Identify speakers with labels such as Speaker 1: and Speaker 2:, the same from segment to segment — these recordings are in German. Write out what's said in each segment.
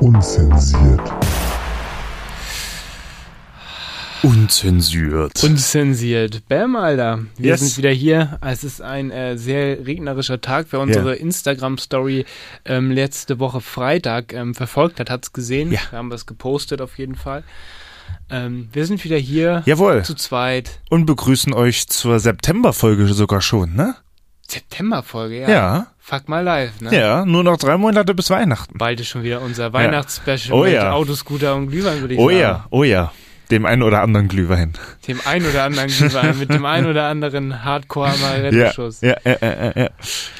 Speaker 1: Unzensiert.
Speaker 2: Unzensiert.
Speaker 3: Unzensiert. Bam, Alter. Wir
Speaker 2: Yes.
Speaker 3: sind wieder hier. Es ist ein äh, sehr regnerischer Tag. Wer unsere Instagram-Story ähm, letzte Woche Freitag ähm, verfolgt hat, hat es gesehen.
Speaker 2: Ja.
Speaker 3: Da haben wir es gepostet auf jeden Fall. Ähm, wir sind wieder hier
Speaker 2: Jawohl.
Speaker 3: zu zweit.
Speaker 2: Und begrüßen euch zur Septemberfolge sogar schon, ne?
Speaker 3: September-Folge, ja.
Speaker 2: Ja.
Speaker 3: Fuck mal live, ne?
Speaker 2: Ja, nur noch drei Monate bis Weihnachten.
Speaker 3: Bald ist schon wieder unser Weihnachtsspecial
Speaker 2: Oh
Speaker 3: mit
Speaker 2: ja.
Speaker 3: Autoscooter und Glühwein, würde ich
Speaker 2: Oh
Speaker 3: sagen.
Speaker 2: ja, oh ja. Dem einen oder anderen Glühwein.
Speaker 3: Dem einen oder anderen Glühwein, mit dem einen oder anderen
Speaker 2: Ja,
Speaker 3: Hardcore-Amaretto-Schuss.
Speaker 2: ja, äh, ja, ja, ja.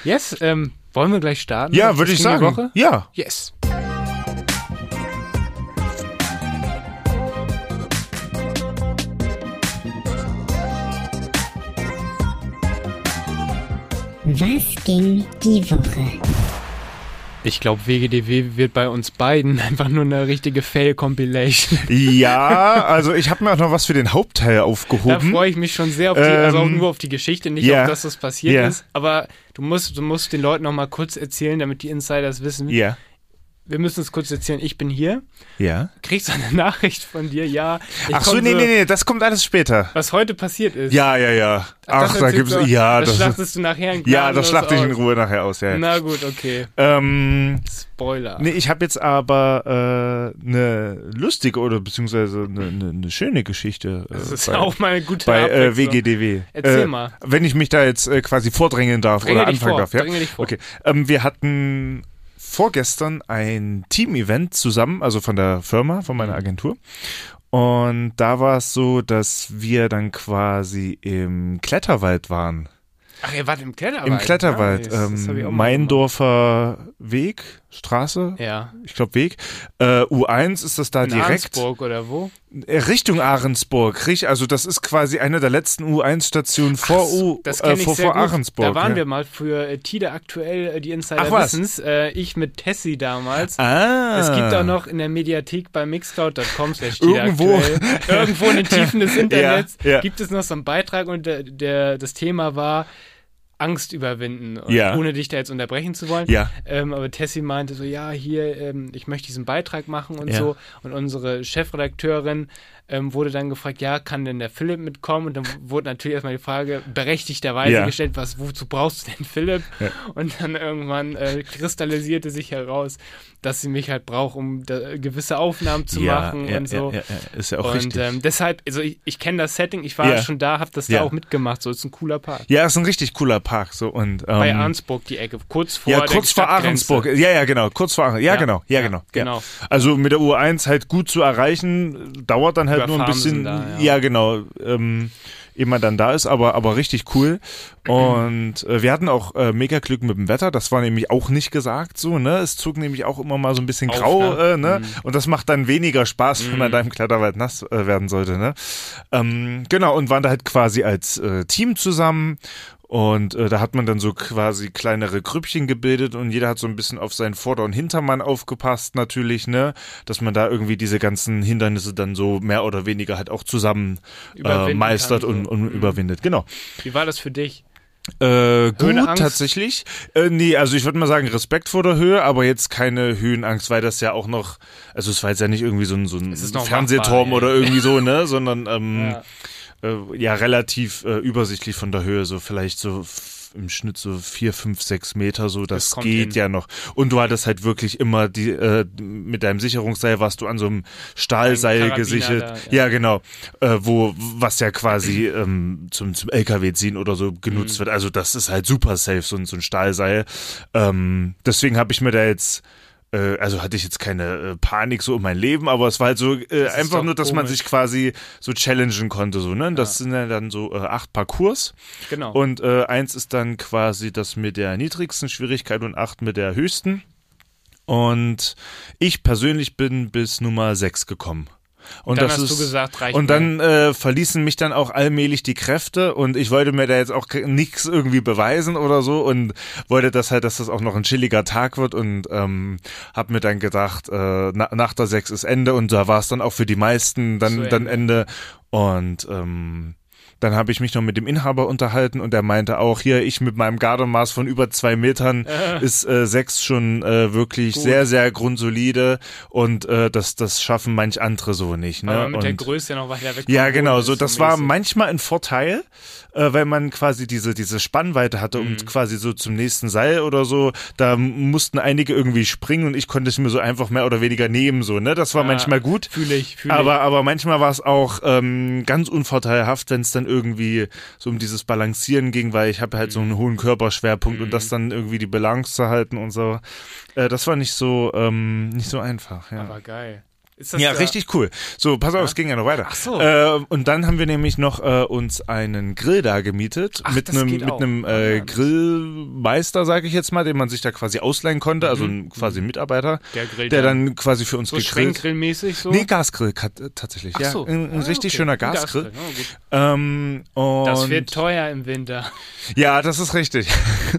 Speaker 3: Yes, ähm, wollen wir gleich starten?
Speaker 2: ja
Speaker 3: Was
Speaker 2: würde
Speaker 3: ist
Speaker 2: ich
Speaker 3: Ding der
Speaker 2: sagen.
Speaker 3: Woche?
Speaker 2: Ja.
Speaker 3: Yes.
Speaker 4: Was ging die Woche?
Speaker 3: Ich glaube, WGDW wird bei uns beiden einfach nur eine richtige Fail-Compilation.
Speaker 2: Ja, also ich habe mir auch noch was für den Hauptteil
Speaker 3: Da
Speaker 2: aufgehoben.
Speaker 3: freue ich mich schon sehr auf die, also auch
Speaker 2: Ähm,
Speaker 3: nur auf die Geschichte, nicht
Speaker 2: ja.
Speaker 3: auf dass das passiert
Speaker 2: Ja.
Speaker 3: ist. Aber du musst, du musst den Leuten noch mal kurz erzählen, damit die Insiders wissen.
Speaker 2: ja.
Speaker 3: Wir müssen es kurz erzählen. Ich bin hier,
Speaker 2: Ja.
Speaker 3: kriegst eine Nachricht von dir. Ja. Ich
Speaker 2: Ach so,
Speaker 3: konnte-
Speaker 2: nee, nee, nee, das kommt alles später.
Speaker 3: Was heute passiert ist.
Speaker 2: Ja, ja, ja. Ach, da
Speaker 3: erzählst
Speaker 2: gibt's.
Speaker 3: du-
Speaker 2: Ja,
Speaker 3: das,
Speaker 2: das,
Speaker 3: schlachtest du
Speaker 2: ja,
Speaker 3: nachher.
Speaker 2: das
Speaker 3: gnadenlos
Speaker 2: schlachte ich in
Speaker 3: aus.
Speaker 2: Ruhe nachher aus, ja.
Speaker 3: Na gut, okay.
Speaker 2: Ähm,
Speaker 3: Spoiler.
Speaker 2: Nee, ich habe jetzt aber äh, eine lustige oder beziehungsweise eine, eine, eine schöne Geschichte. Äh,
Speaker 3: das ist
Speaker 2: bei,
Speaker 3: auch mal eine gute
Speaker 2: bei äh,
Speaker 3: Abwechslung.
Speaker 2: WGDW.
Speaker 3: Erzähl
Speaker 2: äh,
Speaker 3: mal.
Speaker 2: Wenn ich mich da jetzt äh, quasi vordrängeln darf
Speaker 3: Dränge
Speaker 2: oder
Speaker 3: dich
Speaker 2: anfangen
Speaker 3: vor,
Speaker 2: darf. Ja?
Speaker 3: dränge dich vor.
Speaker 2: Okay. Ähm, wir hatten vorgestern ein Team-Event zusammen, also von der Firma, von
Speaker 3: Mhm.
Speaker 2: meiner Agentur. Und da war es so, dass wir dann quasi im Kletterwald waren.
Speaker 3: Ach, ihr wart im Kletterwald.
Speaker 2: Im Kletterwald.
Speaker 3: Nice. Das hab ich auch
Speaker 2: ähm,
Speaker 3: mal
Speaker 2: Meindorfer Weg, Straße,
Speaker 3: gemacht. Ja.
Speaker 2: ich glaube Weg. Äh, U1 ist das da
Speaker 3: In
Speaker 2: direkt.
Speaker 3: Arnsburg oder wo?
Speaker 2: Äh, Richtung Ahrensburg. Richt- Also das ist quasi eine der letzten U1-Stationen vor, U,
Speaker 3: Das
Speaker 2: äh,
Speaker 3: kenne ich
Speaker 2: vor,
Speaker 3: sehr
Speaker 2: vor
Speaker 3: gut.
Speaker 2: Ahrensburg.
Speaker 3: Da waren
Speaker 2: ja.
Speaker 3: wir mal für äh, Tide aktuell, äh, die Insider
Speaker 2: Ach was.
Speaker 3: Wissens. Äh, ich mit Tessie damals.
Speaker 2: Ah.
Speaker 3: Es gibt auch noch in der Mediathek bei mixcloud.com slash
Speaker 2: Irgendwo.
Speaker 3: aktuell, irgendwo in den Tiefen des Internets
Speaker 2: Ja, ja.
Speaker 3: gibt es noch so einen Beitrag und der, der, das Thema war Angst überwinden. Und
Speaker 2: Ja.
Speaker 3: Ohne dich da jetzt unterbrechen zu wollen.
Speaker 2: Ja.
Speaker 3: Ähm, aber Tessie meinte so, ja, hier, ähm, ich möchte diesen Beitrag machen und
Speaker 2: Ja.
Speaker 3: so. Und unsere Chefredakteurin ähm, wurde dann gefragt, ja, kann denn der Philipp mitkommen? Und dann wurde natürlich erstmal die Frage berechtigterweise
Speaker 2: Ja.
Speaker 3: gestellt, was, wozu brauchst du denn Philipp? Und dann irgendwann äh, kristallisierte sich heraus, dass sie mich halt braucht, um da, gewisse Aufnahmen zu
Speaker 2: ja,
Speaker 3: machen
Speaker 2: ja,
Speaker 3: und so.
Speaker 2: Ja, ja, ja. Ist ja auch
Speaker 3: Und
Speaker 2: richtig.
Speaker 3: ähm, deshalb, also ich, ich kenne das Setting, ich war
Speaker 2: Ja.
Speaker 3: schon da, habe das
Speaker 2: Ja.
Speaker 3: da auch mitgemacht, so ist ein cooler Park.
Speaker 2: ja, ist ein richtig cooler Park. So, und, ähm,
Speaker 3: Bei Arnsburg die Ecke, kurz vor
Speaker 2: ja,
Speaker 3: der
Speaker 2: kurz vor
Speaker 3: Stadtgrenze.
Speaker 2: Ahrensburg. Ja, ja, genau. Kurz vor Ahrensburg. Ja,
Speaker 3: Ja,
Speaker 2: genau. Ja,
Speaker 3: ja,
Speaker 2: genau.
Speaker 3: genau.
Speaker 2: Ja. Also mit der U1 halt gut zu erreichen, dauert dann halt
Speaker 3: Über
Speaker 2: nur ein
Speaker 3: Farmen
Speaker 2: bisschen.
Speaker 3: sind da,
Speaker 2: ja.
Speaker 3: ja.
Speaker 2: genau. Ähm, ehe man dann da ist, aber, aber richtig cool. Und äh, wir hatten auch äh, mega Glück mit dem Wetter. Das war nämlich auch nicht gesagt so, ne? Es zog nämlich auch immer mal so ein bisschen
Speaker 3: Auf,
Speaker 2: grau,
Speaker 3: ne? Mhm.
Speaker 2: äh, ne? Und das macht dann weniger Spaß, wenn man da im Kletterwald nass äh, werden sollte, ne? Ähm, genau, und waren da halt quasi als äh, Team zusammen. Und äh, da hat man dann so quasi kleinere Grüppchen gebildet und jeder hat so ein bisschen auf seinen Vorder- und Hintermann aufgepasst, natürlich, ne? Dass man da irgendwie diese ganzen Hindernisse dann so mehr oder weniger halt auch zusammen äh,
Speaker 3: Überwinden
Speaker 2: meistert
Speaker 3: kann,
Speaker 2: und,
Speaker 3: so. Mhm.
Speaker 2: und überwindet. Genau.
Speaker 3: Wie war das für dich?
Speaker 2: Äh, gut,
Speaker 3: Höhenangst?
Speaker 2: tatsächlich. Äh, nee, also ich würde mal sagen, Respekt vor der Höhe, aber jetzt keine Höhenangst, weil das ja auch noch, also es war jetzt ja nicht irgendwie so ein, so ein
Speaker 3: Es ist noch
Speaker 2: Fernsehturm
Speaker 3: machbar,
Speaker 2: oder irgendwie so, ne, sondern ähm,
Speaker 3: Ja.
Speaker 2: ja. Äh, ja, relativ äh, übersichtlich von der Höhe, so vielleicht so f- im Schnitt so vier, fünf, sechs Meter, so das,
Speaker 3: kommt
Speaker 2: geht
Speaker 3: hin.
Speaker 2: ja noch. Und du hattest halt wirklich immer die, äh, mit deinem Sicherungsseil warst du an so einem Stahlseil
Speaker 3: Karabiner
Speaker 2: gesichert.
Speaker 3: da,
Speaker 2: ja. genau. Äh, wo, was ja quasi ähm, zum, zum LKW-Ziehen oder so
Speaker 3: Mhm.
Speaker 2: genutzt wird. Also das ist halt super safe, so, ein- so ein Stahlseil. Ähm, deswegen habe ich mir da jetzt äh, also hatte ich jetzt keine äh, Panik so um mein Leben, aber es war halt so äh,
Speaker 3: ist
Speaker 2: einfach
Speaker 3: doch
Speaker 2: nur, dass man
Speaker 3: komisch.
Speaker 2: sich quasi so challengen konnte. So, ne? Das sind ja dann so äh, acht Parcours.
Speaker 3: Genau.
Speaker 2: Und äh, eins ist dann quasi das mit der niedrigsten Schwierigkeit und acht mit der höchsten. Und ich persönlich bin bis Nummer sechs gekommen. Und
Speaker 3: Dann
Speaker 2: das
Speaker 3: hast
Speaker 2: ist,
Speaker 3: du gesagt, reicht
Speaker 2: Und dann äh, verließen mich dann auch allmählich die Kräfte und ich wollte mir da jetzt auch nichts irgendwie beweisen oder so und wollte das halt, dass das auch noch ein chilliger Tag wird und ähm, habe mir dann gedacht, äh, na, nach der sechs ist Ende und da war es dann auch für die meisten dann,
Speaker 3: Zu
Speaker 2: dann Ende und ähm, dann habe ich mich noch mit dem Inhaber unterhalten und er meinte auch, hier, ich mit meinem Gardemaß von über zwei Metern ist äh, sechs schon äh, wirklich sehr, sehr grundsolide und äh, das, das schaffen manch andere so nicht. Ne?
Speaker 3: weil man mit der
Speaker 2: und
Speaker 3: Größe noch weiter weg.
Speaker 2: ja,
Speaker 3: vom
Speaker 2: genau.
Speaker 3: Boden
Speaker 2: So,
Speaker 3: ist,
Speaker 2: das war
Speaker 3: mäßig.
Speaker 2: manchmal ein Vorteil, äh, weil man quasi diese, diese Spannweite hatte
Speaker 3: Mhm.
Speaker 2: und quasi so zum nächsten Seil oder so, da mussten einige irgendwie springen und ich konnte es mir so einfach mehr oder weniger nehmen, so, ne? Das war
Speaker 3: Ja,
Speaker 2: manchmal gut.
Speaker 3: Fühle ich, fühle ich.
Speaker 2: Aber, aber manchmal war es auch ähm, ganz unvorteilhaft, wenn es dann irgendwie so um dieses Balancieren ging, weil ich habe halt so
Speaker 3: Mhm.
Speaker 2: einen hohen Körperschwerpunkt und das dann irgendwie die Balance zu halten und so. Äh, das war nicht so, ähm, nicht so einfach, ja.
Speaker 3: Aber geil. Ist
Speaker 2: Ja,
Speaker 3: da-
Speaker 2: richtig cool. So, pass auf, es ging ja noch weiter. Ach
Speaker 3: so.
Speaker 2: Äh, und dann haben wir nämlich noch äh, uns einen Grill da gemietet
Speaker 3: Ach,
Speaker 2: mit
Speaker 3: das
Speaker 2: einem
Speaker 3: geht
Speaker 2: mit
Speaker 3: auch.
Speaker 2: einem
Speaker 3: Ah,
Speaker 2: äh,
Speaker 3: ja.
Speaker 2: Grillmeister, sage ich jetzt mal, den man sich da quasi ausleihen konnte, also ein quasi Mitarbeiter,
Speaker 3: Mhm. Der grillt
Speaker 2: der
Speaker 3: dann.
Speaker 2: dann quasi für uns
Speaker 3: So
Speaker 2: gegrillt.
Speaker 3: schränkgrillmäßig so.
Speaker 2: Nee, Gasgrill kat- äh, tatsächlich.
Speaker 3: Ach
Speaker 2: ja,
Speaker 3: so.
Speaker 2: ein, ein
Speaker 3: Ah,
Speaker 2: richtig
Speaker 3: okay.
Speaker 2: schöner
Speaker 3: Ein
Speaker 2: Gasgrill.
Speaker 3: Gasgrill, oh, gut.
Speaker 2: Ähm, und
Speaker 3: Das wird teuer im Winter.
Speaker 2: ja, das ist richtig.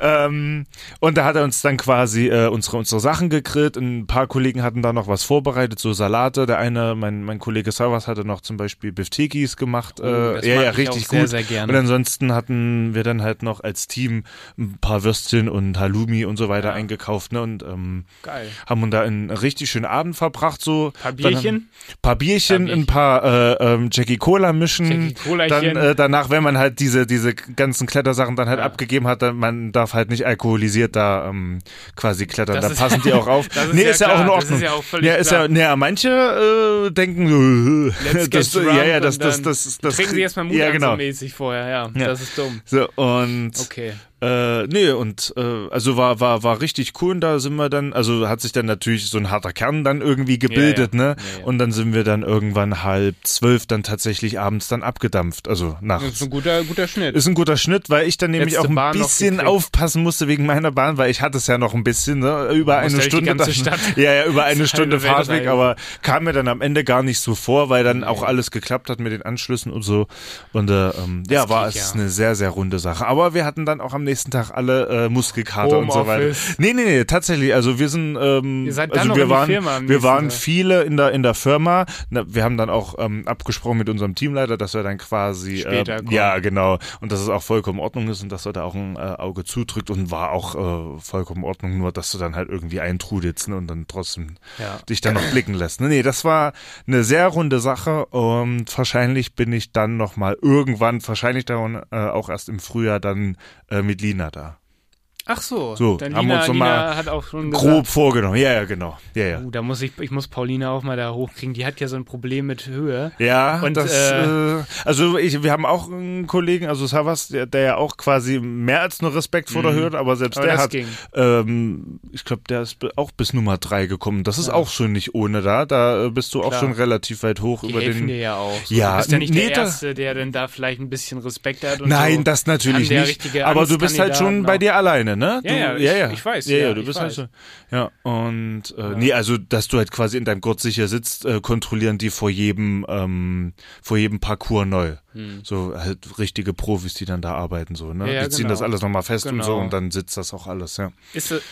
Speaker 2: ähm, und da hat er uns dann quasi äh, unsere, unsere Sachen gegrillt. Ein paar Kollegen hatten da noch was vorbereitet, so Salate. Der eine, mein, mein Kollege Savas, hatte noch zum Beispiel Biftekis gemacht. äh,
Speaker 3: Oh, das
Speaker 2: ja,
Speaker 3: mag
Speaker 2: ja,
Speaker 3: ich
Speaker 2: richtig
Speaker 3: auch sehr,
Speaker 2: gut.
Speaker 3: sehr gerne.
Speaker 2: Und ansonsten hatten wir dann halt noch als Team ein paar Würstchen und Halloumi und so weiter eingekauft. Ne? Und ähm,
Speaker 3: Geil.
Speaker 2: haben uns da einen richtig schönen Abend verbracht. So.
Speaker 3: Paar Bierchen?
Speaker 2: Dann haben- Paar Bierchen,
Speaker 3: Paar
Speaker 2: ein paar äh, ähm, Jackie Cola mischen.
Speaker 3: Jackie Colachen.
Speaker 2: Dann äh, danach, wenn man halt diese, diese ganzen Klettersachen dann halt abgegeben hat, dann man darf halt nicht alkoholisiert da ähm, quasi klettern.
Speaker 3: Das
Speaker 2: da
Speaker 3: ist-
Speaker 2: passen die auch auf.
Speaker 3: Das ist
Speaker 2: nee,
Speaker 3: ja
Speaker 2: ist ja auch in
Speaker 3: klar, das
Speaker 2: Ordnung.
Speaker 3: ist ja auch völlig
Speaker 2: ja, ist ja,
Speaker 3: klar.
Speaker 2: nee, manche äh, denken, äh,
Speaker 3: Let's
Speaker 2: das,
Speaker 3: get drunk
Speaker 2: ja, ja, das,
Speaker 3: und
Speaker 2: das,
Speaker 3: dann
Speaker 2: das, das, das
Speaker 3: Trinken sie erstmal Mut
Speaker 2: ja, genau.
Speaker 3: so mäßig vorher, ja. Das ist dumm.
Speaker 2: So, und
Speaker 3: Okay.
Speaker 2: äh, nee, und äh, also war, war, war richtig cool und da sind wir dann, also hat sich dann natürlich so ein harter Kern dann irgendwie gebildet,
Speaker 3: Ja, ja.
Speaker 2: ne?
Speaker 3: Ja, ja.
Speaker 2: Und dann sind wir dann irgendwann halb zwölf dann tatsächlich abends dann abgedampft, also
Speaker 3: Das ist
Speaker 2: nachts.
Speaker 3: ein guter, guter Schnitt.
Speaker 2: Äh, Ist ein guter Schnitt, weil ich dann nämlich
Speaker 3: Letzte
Speaker 2: auch ein
Speaker 3: Bahn noch
Speaker 2: bisschen
Speaker 3: gekriegt.
Speaker 2: aufpassen musste wegen meiner Bahn, weil ich hatte es ja noch ein bisschen, ne? Über eine
Speaker 3: musst ja durch die
Speaker 2: Stunde.
Speaker 3: ganze
Speaker 2: dann-
Speaker 3: Stadt.
Speaker 2: Ja, ja, über eine
Speaker 3: Halbe
Speaker 2: Stunde
Speaker 3: Welt
Speaker 2: Fahrtweg,
Speaker 3: reisen.
Speaker 2: aber kam mir dann am Ende gar nicht so vor, weil dann auch alles geklappt hat mit den Anschlüssen und so. Und äh, ähm, ja, war
Speaker 3: geht
Speaker 2: es
Speaker 3: ja.
Speaker 2: eine sehr, sehr runde Sache. Aber wir hatten dann auch am nächsten Tag alle äh, Muskelkater und so weiter.
Speaker 3: Homeoffice.
Speaker 2: Nee, nee, nee, tatsächlich. Also wir sind, ähm,
Speaker 3: Ihr seid dann
Speaker 2: also
Speaker 3: noch
Speaker 2: wir
Speaker 3: in die
Speaker 2: waren,
Speaker 3: Firma am
Speaker 2: wir
Speaker 3: nächsten
Speaker 2: waren
Speaker 3: Tag.
Speaker 2: viele in der in der Firma. Na, wir haben dann auch ähm, abgesprochen mit unserem Teamleiter, dass wir dann quasi
Speaker 3: Später
Speaker 2: äh,
Speaker 3: kommen.
Speaker 2: ja genau und dass es auch vollkommen in Ordnung ist und dass er da auch ein äh, Auge zudrückt und war auch äh, vollkommen in Ordnung, nur dass du dann halt irgendwie eintrudelst ne, und dann trotzdem
Speaker 3: Ja.
Speaker 2: dich dann noch blicken lässt. Ne, nee, das war eine sehr runde Sache und wahrscheinlich bin ich dann noch mal irgendwann wahrscheinlich dann äh, auch erst im Frühjahr dann äh, mit Lina da.
Speaker 3: Ach so.
Speaker 2: So,
Speaker 3: Dann
Speaker 2: haben wir
Speaker 3: Lina,
Speaker 2: uns noch
Speaker 3: Lina
Speaker 2: mal
Speaker 3: hat auch schon
Speaker 2: Grob vorgenommen. Ja, ja, genau. Ja, ja.
Speaker 3: Gesagt, uh, da muss ich, ich muss Paulina auch mal da hochkriegen. Die hat ja so ein Problem mit Höhe.
Speaker 2: Ja,
Speaker 3: Und,
Speaker 2: das,
Speaker 3: äh,
Speaker 2: äh, also ich, wir haben auch einen Kollegen, also Savas, der, der ja auch quasi mehr als nur Respekt vor der Höhe, aber selbst
Speaker 3: Mhm. Aber
Speaker 2: der
Speaker 3: das
Speaker 2: hat,
Speaker 3: ging.
Speaker 2: Ähm, ich glaube, der ist be- auch bis Nummer drei gekommen. Das ist auch schon nicht ohne da, da äh, bist du auch
Speaker 3: Klar.
Speaker 2: schon relativ weit hoch
Speaker 3: Die
Speaker 2: über
Speaker 3: helfen
Speaker 2: den.
Speaker 3: dir ja auch.
Speaker 2: Ja,
Speaker 3: du bist ja nicht
Speaker 2: nee,
Speaker 3: der
Speaker 2: da-
Speaker 3: Erste, der dann da vielleicht ein bisschen Respekt hat. Und
Speaker 2: Nein,
Speaker 3: so.
Speaker 2: das natürlich
Speaker 3: Kann der
Speaker 2: nicht.
Speaker 3: richtige
Speaker 2: Aber du bist halt
Speaker 3: Angstkandidat,
Speaker 2: schon bei
Speaker 3: ne?
Speaker 2: dir alleine, ne? Du,
Speaker 3: Ja, ja, ich-
Speaker 2: ja, ja.
Speaker 3: ich weiß,
Speaker 2: Ja, ja,
Speaker 3: ja,
Speaker 2: du
Speaker 3: ich
Speaker 2: bist halt
Speaker 3: weiß.
Speaker 2: schon. Ja, und äh, nee, also dass du halt quasi in deinem Gurt sicher sitzt, äh, kontrollieren die vor jedem ähm, vor jedem Parcours neu. So halt richtige Profis, die dann da arbeiten so, ne?
Speaker 3: Hm. Ja, ja,
Speaker 2: die ziehen
Speaker 3: genau.
Speaker 2: das alles nochmal fest und so
Speaker 3: Genau.
Speaker 2: und dann sitzt das auch alles, ja.
Speaker 3: Ist das,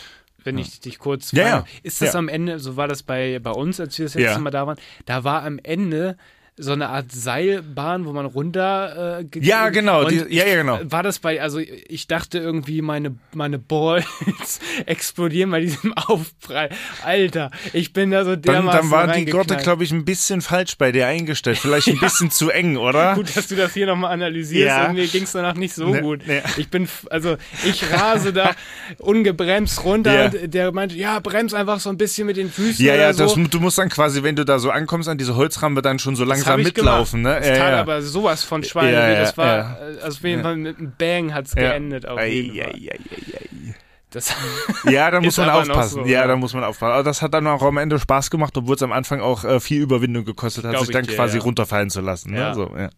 Speaker 3: wenn ich dich kurz
Speaker 2: Ja,
Speaker 3: frage,
Speaker 2: ja.
Speaker 3: ist das
Speaker 2: Ja.
Speaker 3: am Ende, so war das bei, bei uns, als wir das letzte
Speaker 2: Ja.
Speaker 3: Mal da waren, da war am Ende so eine Art Seilbahn, wo man runter äh, ge-
Speaker 2: Ja, genau,
Speaker 3: und
Speaker 2: die, ja, ja, genau.
Speaker 3: War das bei, also ich dachte irgendwie, meine, meine Balls explodieren bei diesem Aufprall. Alter, ich bin da so
Speaker 2: Dann,
Speaker 3: dermaßen
Speaker 2: dann waren die Gurte,
Speaker 3: reingeknallt.
Speaker 2: glaube ich, ein bisschen falsch bei dir eingestellt. Vielleicht ein bisschen zu eng, oder?
Speaker 3: Gut, dass du das hier nochmal analysierst
Speaker 2: Ja.
Speaker 3: und mir ging es danach nicht so
Speaker 2: Ne,
Speaker 3: gut.
Speaker 2: ne.
Speaker 3: Ich bin, f- also ich rase da ungebremst runter
Speaker 2: Ja.
Speaker 3: und der meinte, ja, bremst einfach so ein bisschen mit den Füßen
Speaker 2: Ja,
Speaker 3: oder
Speaker 2: ja,
Speaker 3: so.
Speaker 2: das, du musst dann quasi, wenn du da so ankommst, an diese Holzrampe dann schon so
Speaker 3: Das
Speaker 2: langsam
Speaker 3: hab ich
Speaker 2: mitlaufen,
Speaker 3: gemacht.
Speaker 2: ne?
Speaker 3: Das
Speaker 2: ja,
Speaker 3: tat
Speaker 2: ja.
Speaker 3: aber sowas von Schweine.
Speaker 2: Ja, ja,
Speaker 3: das war,
Speaker 2: ja.
Speaker 3: äh, also auf jeden Fall mit einem Bang hat es
Speaker 2: Ja.
Speaker 3: geendet. Auf
Speaker 2: Ei,
Speaker 3: jeden
Speaker 2: ei,
Speaker 3: Fall.
Speaker 2: ei, ei, ei.
Speaker 3: Das
Speaker 2: Ja, da muss
Speaker 3: Ist
Speaker 2: man
Speaker 3: aber noch
Speaker 2: aufpassen.
Speaker 3: so,
Speaker 2: ja,
Speaker 3: ja.
Speaker 2: da muss man aufpassen. Aber das hat dann auch am Ende Spaß gemacht, obwohl es am Anfang auch äh, viel Überwindung gekostet hat,
Speaker 3: Glaub
Speaker 2: sich
Speaker 3: ich
Speaker 2: dann
Speaker 3: dir,
Speaker 2: quasi
Speaker 3: ja.
Speaker 2: runterfallen zu lassen. Ne?
Speaker 3: Ja.
Speaker 2: So, ja.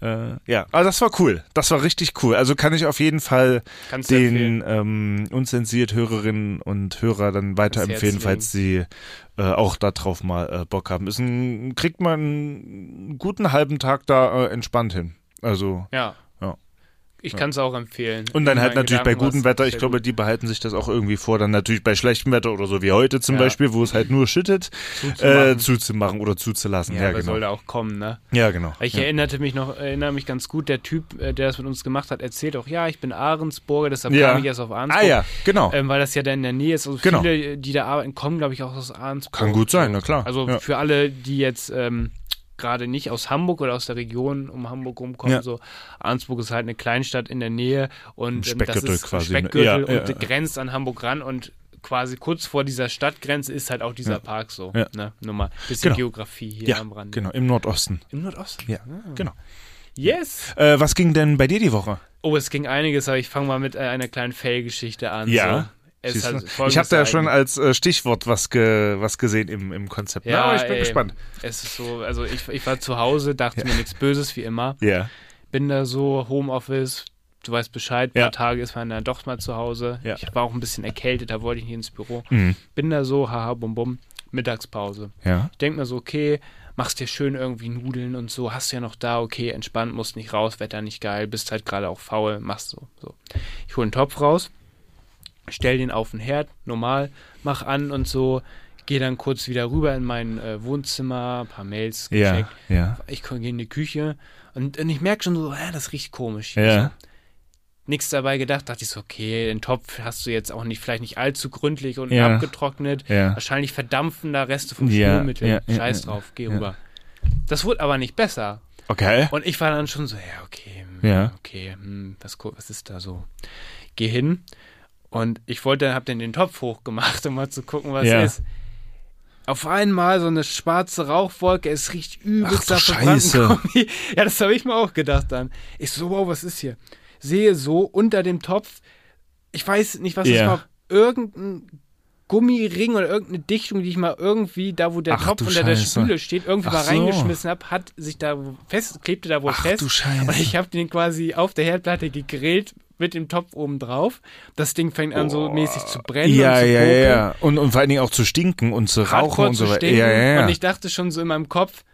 Speaker 2: Äh, ja, aber das war cool. Das war richtig cool. Also kann ich auf jeden Fall
Speaker 3: kannst du empfehlen.
Speaker 2: den ähm, unzensiert Hörerinnen und Hörer dann weiterempfehlen,
Speaker 3: Herz legen.
Speaker 2: falls sie äh, auch darauf mal äh, Bock haben. Ist ein, kriegt man einen guten halben Tag da äh, entspannt hin. Also
Speaker 3: Ja.
Speaker 2: Ja.
Speaker 3: Ich kann es auch empfehlen.
Speaker 2: und dann
Speaker 3: In
Speaker 2: halt
Speaker 3: meinen
Speaker 2: natürlich bei
Speaker 3: Gedanken
Speaker 2: gutem
Speaker 3: war's
Speaker 2: Wetter, ich
Speaker 3: sehr
Speaker 2: glaube,
Speaker 3: gut.
Speaker 2: die behalten sich das auch irgendwie vor, dann natürlich bei schlechtem Wetter oder so wie heute zum
Speaker 3: Ja.
Speaker 2: Beispiel, wo es halt nur schüttet, äh,
Speaker 3: Zuzumachen.
Speaker 2: zuzumachen oder zuzulassen.
Speaker 3: ja,
Speaker 2: Ja,
Speaker 3: aber
Speaker 2: genau.
Speaker 3: soll da auch kommen, ne?
Speaker 2: Ja, genau.
Speaker 3: Ich
Speaker 2: ja.
Speaker 3: erinnerte mich noch, erinnere mich ganz gut, der Typ, äh, der das mit uns gemacht hat, erzählt auch, ja, ich bin Ahrensburger, deshalb
Speaker 2: Ja.
Speaker 3: kam ich erst auf Ahrensburg.
Speaker 2: Ah ja, genau.
Speaker 3: Ähm, weil das ja dann in der Nähe ist. Also
Speaker 2: Genau.
Speaker 3: viele, die da arbeiten, kommen, glaube ich, auch aus Ahrensburg.
Speaker 2: Kann gut sein, na klar.
Speaker 3: Also
Speaker 2: ja.
Speaker 3: für alle, die jetzt ähm, gerade nicht aus Hamburg oder aus der Region um Hamburg rumkommen,
Speaker 2: Ja.
Speaker 3: so Arnsburg ist halt eine Kleinstadt in der Nähe und ähm, das
Speaker 2: Speckgürtel
Speaker 3: ist
Speaker 2: quasi, ne?
Speaker 3: Speckgürtel
Speaker 2: Ja, ja,
Speaker 3: und
Speaker 2: ja.
Speaker 3: grenzt an Hamburg ran und quasi kurz vor dieser Stadtgrenze ist halt auch dieser Park so.
Speaker 2: Ja.
Speaker 3: Ne? Nur mal ein bisschen
Speaker 2: Genau.
Speaker 3: Geografie hier
Speaker 2: ja,
Speaker 3: am Ah. Rand.
Speaker 2: genau, im Nordosten.
Speaker 3: Im Nordosten.
Speaker 2: Ja, genau.
Speaker 3: Yes!
Speaker 2: Äh, was ging denn bei dir die Woche?
Speaker 3: Oh, es ging einiges, aber ich fange mal mit äh, einer kleinen Fail-Geschichte an.
Speaker 2: Ja.
Speaker 3: So. Es
Speaker 2: Siehst
Speaker 3: hat
Speaker 2: du?
Speaker 3: folgendes
Speaker 2: ich habe da ja schon
Speaker 3: Ereignis.
Speaker 2: als äh, Stichwort was, ge, was gesehen im, im Konzept. Na, aber ich bin
Speaker 3: ey,
Speaker 2: gespannt.
Speaker 3: Es ist so, also ich, ich war zu Hause, dachte mir nichts Böses wie immer.
Speaker 2: Ja.
Speaker 3: Bin da so, Homeoffice, du weißt Bescheid, ein
Speaker 2: Ja.
Speaker 3: paar Tage ist man dann doch mal zu Hause.
Speaker 2: Ja.
Speaker 3: Ich war auch ein bisschen erkältet, da wollte ich nicht ins Büro.
Speaker 2: Mhm.
Speaker 3: Bin da so, haha, bum bum, Mittagspause.
Speaker 2: Ja.
Speaker 3: Ich denk mir so, okay, machst dir schön irgendwie Nudeln und so, hast du ja noch da, okay, entspannt, musst nicht raus, Wetter nicht geil, bist halt gerade auch faul, machst so. so. Ich hole einen Topf raus, stell den auf den Herd, normal, mach an und so, gehe dann kurz wieder rüber in mein äh, Wohnzimmer, ein paar Mails
Speaker 2: Ja.
Speaker 3: gecheckt.
Speaker 2: Ja.
Speaker 3: Ich gehe in die Küche und, und ich merke schon so, hä, das riecht komisch.
Speaker 2: Ja.
Speaker 3: Nichts dabei gedacht, dachte ich so, okay, den Topf hast du jetzt auch nicht, vielleicht nicht allzu gründlich und
Speaker 2: Ja.
Speaker 3: abgetrocknet.
Speaker 2: Ja.
Speaker 3: Wahrscheinlich verdampfen da Reste vom
Speaker 2: Ja,
Speaker 3: Spülmittel.
Speaker 2: ja, ja,
Speaker 3: Scheiß
Speaker 2: ja,
Speaker 3: drauf, geh
Speaker 2: ja.
Speaker 3: rüber. Das wurde aber nicht besser.
Speaker 2: Okay.
Speaker 3: Und ich war dann schon so, ja, okay, hm,
Speaker 2: Ja.
Speaker 3: okay, hm, was, ko- was ist da so? Geh hin und ich wollte, hab dann den Topf hochgemacht, um mal zu gucken, was
Speaker 2: Ja.
Speaker 3: ist. Auf einmal so eine schwarze Rauchwolke, es riecht übelst
Speaker 2: Ach du
Speaker 3: nach verbrannten
Speaker 2: Scheiße.
Speaker 3: Gummi. Ja, das habe ich mir auch gedacht dann. Ich so, wow, was ist hier? Sehe so unter dem Topf, ich weiß nicht, was
Speaker 2: Ja.
Speaker 3: das war, irgendein Gummiring oder irgendeine Dichtung, die ich mal irgendwie, da wo der
Speaker 2: Ach
Speaker 3: Topf
Speaker 2: du
Speaker 3: unter der
Speaker 2: Scheiße.
Speaker 3: Spüle steht, irgendwie
Speaker 2: Ach
Speaker 3: mal
Speaker 2: so.
Speaker 3: reingeschmissen habe, hat sich da fest, klebte da wohl
Speaker 2: Ach
Speaker 3: fest.
Speaker 2: du Scheiße.
Speaker 3: Und ich habe den quasi auf der Herdplatte gegrillt mit dem Topf oben drauf. Das Ding fängt an so mäßig zu brennen
Speaker 2: Ja,
Speaker 3: und zu
Speaker 2: ja,
Speaker 3: kokeln.
Speaker 2: ja. Und, und vor allen Dingen auch zu stinken und zu rauchen
Speaker 3: Hardcore
Speaker 2: und
Speaker 3: zu
Speaker 2: so weiter.
Speaker 3: stinken.
Speaker 2: Ja, ja,
Speaker 3: Und
Speaker 2: ja.
Speaker 3: ich dachte schon so in meinem Kopf,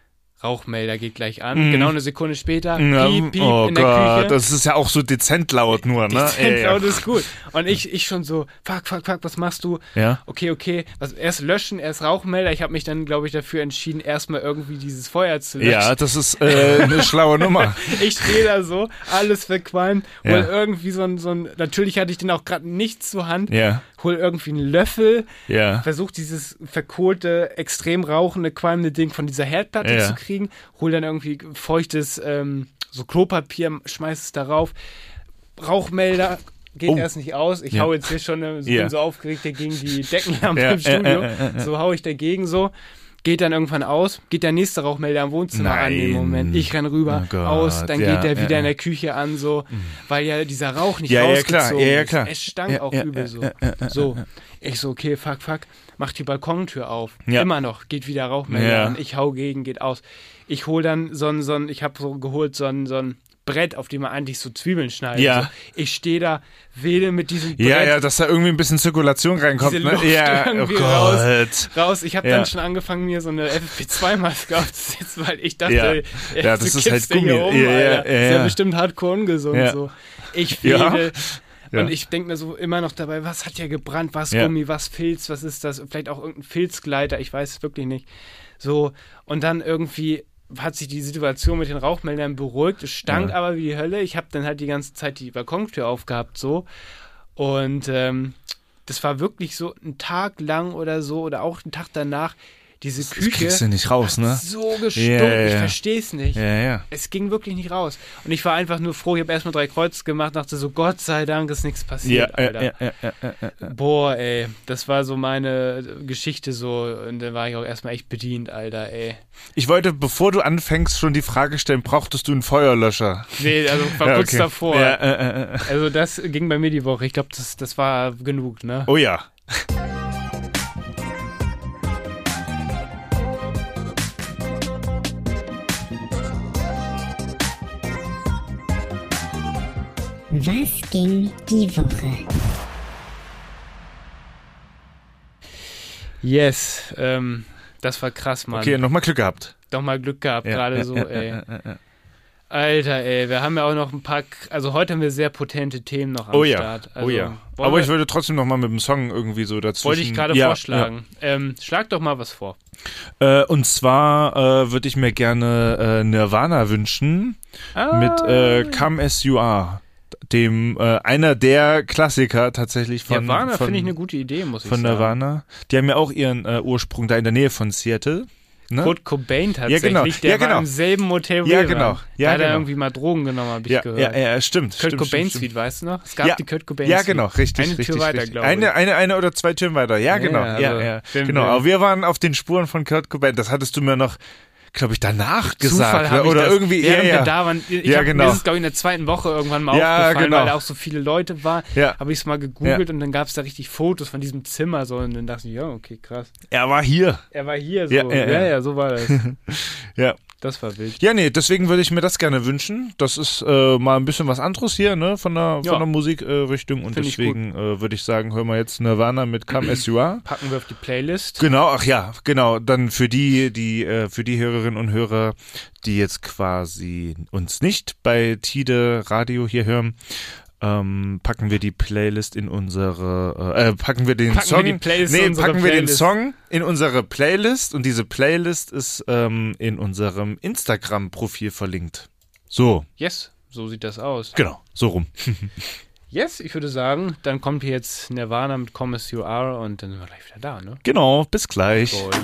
Speaker 3: Rauchmelder geht gleich an. Genau eine Sekunde später,
Speaker 2: Mhm. Ja,
Speaker 3: piep, piep
Speaker 2: oh
Speaker 3: in der
Speaker 2: Gott,
Speaker 3: Küche.
Speaker 2: das ist ja auch so dezent laut nur, ne?
Speaker 3: Dezent
Speaker 2: ja, ja.
Speaker 3: laut ist gut. Und ich, ich schon so, fuck, fuck, fuck, was machst du?
Speaker 2: Ja.
Speaker 3: Okay, okay. Also erst löschen, erst Rauchmelder. Ich habe mich dann, glaube ich, dafür entschieden, erstmal irgendwie dieses Feuer zu löschen.
Speaker 2: Ja, das ist äh, eine schlaue Nummer.
Speaker 3: Ich stehe da so, alles verqualmt, hol
Speaker 2: Ja.
Speaker 3: irgendwie so ein, so ein, natürlich hatte ich den auch gerade nicht zur Hand,
Speaker 2: Ja,
Speaker 3: hol irgendwie einen Löffel,
Speaker 2: ja.
Speaker 3: versuch dieses verkohlte, extrem rauchende, qualmende Ding von dieser Herdplatte
Speaker 2: Ja.
Speaker 3: zu kriegen, hol dann irgendwie feuchtes, ähm, so Klopapier, schmeiß es darauf, Rauchmelder, geht
Speaker 2: Oh.
Speaker 3: erst nicht aus, ich
Speaker 2: Ja.
Speaker 3: hau jetzt hier schon, äh, so,
Speaker 2: Ja.
Speaker 3: bin so aufgeregt hier gegen die Deckenlampe
Speaker 2: Ja,
Speaker 3: im Studio,
Speaker 2: äh, äh, äh, äh.
Speaker 3: so hau ich dagegen so, geht dann irgendwann aus, geht der nächste Rauchmelder am Wohnzimmer
Speaker 2: Nein.
Speaker 3: an im Moment, ich renn rüber,
Speaker 2: Oh Gott,
Speaker 3: aus, dann
Speaker 2: ja,
Speaker 3: geht der wieder
Speaker 2: ja. Mhm.
Speaker 3: in der Küche an, so, weil ja dieser Rauch nicht
Speaker 2: Ja, ja,
Speaker 3: rausgezogen
Speaker 2: klar, ja, ja, klar.
Speaker 3: ist, es stank
Speaker 2: Ja,
Speaker 3: auch
Speaker 2: ja,
Speaker 3: übel
Speaker 2: ja,
Speaker 3: so.
Speaker 2: ja,
Speaker 3: So,
Speaker 2: äh,
Speaker 3: ich so, okay, fuck, fuck, mach die Balkontür auf.
Speaker 2: Ja.
Speaker 3: Immer noch, geht wieder Rauchmelder
Speaker 2: Ja.
Speaker 3: an. Ich hau gegen, geht aus. Ich hol dann so ein, so ein ich hab so geholt so ein, so ein Brett, auf dem man eigentlich so Zwiebeln schneidet.
Speaker 2: Ja.
Speaker 3: So, ich stehe da, wedel mit diesem Brett
Speaker 2: Ja, ja, dass da irgendwie ein bisschen Zirkulation reinkommt.
Speaker 3: Diese
Speaker 2: ne?
Speaker 3: Luft
Speaker 2: ja, oh
Speaker 3: irgendwie
Speaker 2: Gott.
Speaker 3: raus. Ich habe
Speaker 2: Ja.
Speaker 3: dann schon angefangen, mir so eine FFP2-Maske aufzusetzen, weil ich dachte,
Speaker 2: Ja.
Speaker 3: ey,
Speaker 2: Ja, das
Speaker 3: du
Speaker 2: ist
Speaker 3: kippst
Speaker 2: halt
Speaker 3: dir hier
Speaker 2: Gummi.
Speaker 3: Um,
Speaker 2: Ja, ja,
Speaker 3: Alter.
Speaker 2: ja,
Speaker 3: ist ja
Speaker 2: ja.
Speaker 3: bestimmt hardcore ungesund.
Speaker 2: Ja.
Speaker 3: So. Ich
Speaker 2: Ja.
Speaker 3: fehde.
Speaker 2: Ja.
Speaker 3: Und ich denke mir so immer noch dabei, was hat ja gebrannt, was
Speaker 2: Ja.
Speaker 3: Gummi, was Filz, was ist das? Vielleicht auch irgendein Filzgleiter, ich weiß es wirklich nicht. So, und dann irgendwie hat sich die Situation mit den Rauchmeldern beruhigt. Es stank
Speaker 2: Ja.
Speaker 3: aber wie die Hölle. Ich habe dann halt die ganze Zeit die Balkontür aufgehabt, so. Und ähm, das war wirklich so ein Tag lang oder so oder auch einen Tag danach. Diese
Speaker 2: Das
Speaker 3: Küche
Speaker 2: kriegst du nicht raus, ne?
Speaker 3: hat so gestunken.
Speaker 2: Ja, ja,
Speaker 3: Ich
Speaker 2: ja.
Speaker 3: verstehe es nicht.
Speaker 2: Ja, ja.
Speaker 3: Es ging wirklich nicht raus. Und ich war einfach nur froh, ich habe erstmal drei Kreuz gemacht, dachte so, Gott sei Dank ist nichts
Speaker 2: Ja,
Speaker 3: passiert, Alter.
Speaker 2: ja, ja, ja, ja, ja, ja.
Speaker 3: Boah, ey, das war so meine Geschichte so und da war ich auch erstmal echt bedient, Alter, ey.
Speaker 2: Ich wollte, bevor du anfängst, schon die Frage stellen, brauchtest du einen Feuerlöscher?
Speaker 3: Nee, also war
Speaker 2: Ja,
Speaker 3: kurz
Speaker 2: okay.
Speaker 3: davor.
Speaker 2: Ja, äh, äh, äh.
Speaker 3: Also das ging bei mir die Woche. Ich glaube, das, das war genug, ne?
Speaker 2: Oh ja.
Speaker 4: Was ging die Woche?
Speaker 3: Yes, ähm, das war krass, Mann.
Speaker 2: Okay, nochmal Glück gehabt.
Speaker 3: Doch mal Glück gehabt,
Speaker 2: Ja,
Speaker 3: gerade
Speaker 2: ja,
Speaker 3: so,
Speaker 2: ja,
Speaker 3: ey.
Speaker 2: ja, ja, ja.
Speaker 3: Alter, ey, wir haben ja auch noch ein paar, k- also heute haben wir sehr potente Themen noch am
Speaker 2: Oh ja,
Speaker 3: Start. Also,
Speaker 2: oh ja.
Speaker 3: wollen
Speaker 2: Aber ich
Speaker 3: wir-
Speaker 2: würde trotzdem nochmal mit dem Song irgendwie so dazu.
Speaker 3: wollte ich gerade vorschlagen. Ähm, schlag doch mal was vor.
Speaker 2: Äh, und zwar äh, würde ich mir gerne äh, Nirvana wünschen
Speaker 3: Ah.
Speaker 2: mit äh, Come As You Are, dem äh, einer der Klassiker tatsächlich von
Speaker 3: Nirvana
Speaker 2: von,
Speaker 3: finde ich eine gute Idee, muss ich
Speaker 2: von
Speaker 3: sagen.
Speaker 2: Nirvana. Die haben ja auch ihren äh, Ursprung da in der Nähe von Seattle. Ne?
Speaker 3: Kurt Cobain tatsächlich,
Speaker 2: genau.
Speaker 3: der
Speaker 2: Ja,
Speaker 3: war
Speaker 2: genau.
Speaker 3: im selben Motel,
Speaker 2: Ja,
Speaker 3: wir
Speaker 2: genau.
Speaker 3: waren.
Speaker 2: Ja,
Speaker 3: da hat er
Speaker 2: genau.
Speaker 3: irgendwie mal Drogen genommen, habe ich
Speaker 2: ja,
Speaker 3: gehört.
Speaker 2: ja, ja, stimmt.
Speaker 3: Kurt
Speaker 2: stimmt,
Speaker 3: Cobain
Speaker 2: stimmt, stimmt.
Speaker 3: Suite, weißt du noch? Es gab die Kurt Cobain
Speaker 2: Ja,
Speaker 3: Suite.
Speaker 2: genau, richtig,
Speaker 3: Eine Tür
Speaker 2: richtig,
Speaker 3: weiter,
Speaker 2: richtig.
Speaker 3: glaube ich.
Speaker 2: Eine, eine, eine oder zwei Türen weiter, ja, genau.
Speaker 3: ja,
Speaker 2: Ja,
Speaker 3: also,
Speaker 2: ja.
Speaker 3: wenn
Speaker 2: genau.
Speaker 3: wir-
Speaker 2: Aber wir waren auf den Spuren von Kurt Cobain. Das hattest du mir noch, glaube ich, danach gesagt.
Speaker 3: Zufall hab ich
Speaker 2: oder
Speaker 3: das,
Speaker 2: irgendwie, ja,
Speaker 3: während wir
Speaker 2: ja.
Speaker 3: da waren. Ich
Speaker 2: Ja,
Speaker 3: hab,
Speaker 2: genau.
Speaker 3: Mir ist es, glaube ich, in der zweiten Woche irgendwann mal
Speaker 2: Ja,
Speaker 3: aufgefallen,
Speaker 2: genau.
Speaker 3: weil da auch so viele Leute waren.
Speaker 2: Ja.
Speaker 3: Habe ich es mal gegoogelt und dann gab es da richtig Fotos von diesem Zimmer so und dann dachte ich, ja, okay, krass.
Speaker 2: Er war hier.
Speaker 3: Er war hier so.
Speaker 2: Ja, ja, ja.
Speaker 3: so war das.
Speaker 2: Ja.
Speaker 3: Das war wild.
Speaker 2: Ja, nee, deswegen würde ich mir das gerne wünschen. Das ist äh, mal ein bisschen was anderes hier, ne, von der,
Speaker 3: Ja.
Speaker 2: von der Musikrichtung. Äh, Richtung. und
Speaker 3: Find ich
Speaker 2: deswegen äh, würde ich sagen, hören wir jetzt Nirvana mit Come As You Are.
Speaker 3: Packen wir auf die Playlist.
Speaker 2: Genau, ach ja, genau. Dann für die, die, äh, für die Hörerinnen und Hörer, die jetzt quasi uns nicht bei Tide Radio hier hören, ähm, packen wir die Playlist in unsere, äh, äh, packen wir den
Speaker 3: Packen wir
Speaker 2: Song,
Speaker 3: die Playlist in
Speaker 2: nee,
Speaker 3: unsere
Speaker 2: packen wir den
Speaker 3: Playlist.
Speaker 2: Song in unsere Playlist und diese Playlist ist ähm, in unserem Instagram-Profil verlinkt. So,
Speaker 3: Yes, so sieht das aus.
Speaker 2: genau, so rum.
Speaker 3: Yes, ich würde sagen, dann kommt hier jetzt Nirvana mit Come As You Are und dann sind wir gleich wieder da, ne?
Speaker 2: Genau, bis gleich.
Speaker 3: Gold.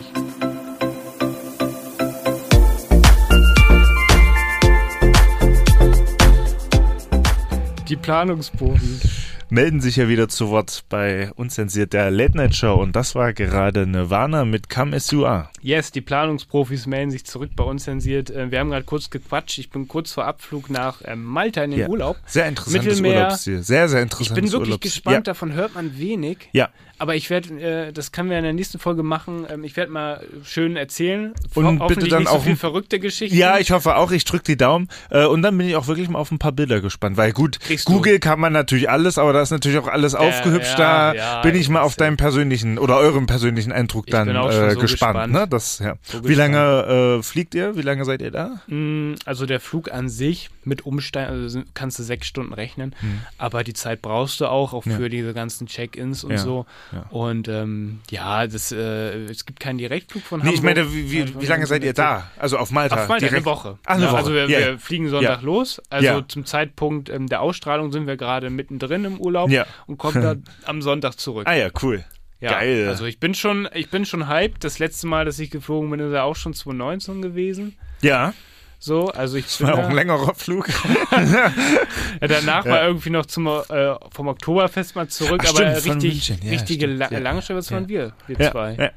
Speaker 3: Die Planungsprofis.
Speaker 2: melden sich ja wieder zu Wort bei Unzensiert der Late Night Show und das war gerade Nirvana mit Come As You Are.
Speaker 3: Yes, die Planungsprofis melden sich zurück bei uns zensiert. Äh, Wir haben gerade kurz gequatscht. Ich bin kurz vor Abflug nach ähm, Malta in den
Speaker 2: Ja.
Speaker 3: Urlaub.
Speaker 2: Sehr interessantes
Speaker 3: Mittelmeer.
Speaker 2: Urlaubsziel. Sehr, sehr
Speaker 3: Ich
Speaker 2: interessantes
Speaker 3: bin wirklich
Speaker 2: Urlaubsziel.
Speaker 3: gespannt, davon hört man wenig.
Speaker 2: Ja. ja.
Speaker 3: Aber ich werde, äh, das können wir in der nächsten Folge machen. Ähm, ich werde mal schön erzählen. Ho-
Speaker 2: Und bitte
Speaker 3: hoffentlich
Speaker 2: dann
Speaker 3: nicht so
Speaker 2: auch-
Speaker 3: viel verrückte Geschichten.
Speaker 2: Ja, ich hoffe auch, ich drücke die Daumen. Äh, Und dann bin ich auch wirklich mal auf ein paar Bilder gespannt, weil gut,
Speaker 3: Kriegst du.
Speaker 2: Google kann man natürlich alles, aber da ist natürlich auch alles aufgehübscht.
Speaker 3: ja,
Speaker 2: da
Speaker 3: ja,
Speaker 2: bin ich mal auf
Speaker 3: ist ja-
Speaker 2: deinen persönlichen oder eurem persönlichen Eindruck
Speaker 3: Ich
Speaker 2: dann
Speaker 3: bin auch schon
Speaker 2: äh,
Speaker 3: so
Speaker 2: gespannt.
Speaker 3: gespannt.
Speaker 2: Ne? Das, ja.
Speaker 3: So
Speaker 2: Wie lange äh, fliegt ihr? Wie lange seid ihr da?
Speaker 3: Mm, Also der Flug an sich mit Umsteigen, also sind- kannst du sechs Stunden rechnen, aber die Zeit brauchst du auch, auch
Speaker 2: Mhm. Ja.
Speaker 3: für diese ganzen Check-ins und
Speaker 2: Ja,
Speaker 3: so.
Speaker 2: ja.
Speaker 3: Und ähm, ja, das, äh, es gibt keinen Direktflug von
Speaker 2: Nee,
Speaker 3: Hamburg. Also,
Speaker 2: ich meine, wie, wie, wie lange seid ihr da? Also auf Malta?
Speaker 3: Auf Malta,
Speaker 2: direkt?
Speaker 3: eine Woche.
Speaker 2: Ach, eine
Speaker 3: Ja,
Speaker 2: Woche.
Speaker 3: Also wir,
Speaker 2: Ja, ja.
Speaker 3: wir fliegen Sonntag los. Also
Speaker 2: Ja.
Speaker 3: zum Zeitpunkt ähm, der Ausstrahlung sind wir gerade mittendrin im Urlaub
Speaker 2: Ja.
Speaker 3: und kommen dann am Sonntag zurück.
Speaker 2: Ah ja, cool.
Speaker 3: Ja,
Speaker 2: Geil.
Speaker 3: Also ich bin schon, ich bin schon hyped. Das letzte Mal, dass ich geflogen bin, ist ja auch schon 2019 gewesen.
Speaker 2: ja.
Speaker 3: So, also ich bin
Speaker 2: War auch
Speaker 3: da-
Speaker 2: ein längerer Flug.
Speaker 3: Ja, danach war irgendwie noch zum, äh, vom Oktoberfest mal zurück,
Speaker 2: Ach,
Speaker 3: aber
Speaker 2: stimmt, von
Speaker 3: richtig,
Speaker 2: München. Ja,
Speaker 3: richtige
Speaker 2: stimmt.
Speaker 3: La
Speaker 2: Ja,
Speaker 3: Langstrecke, das waren wir, wir zwei.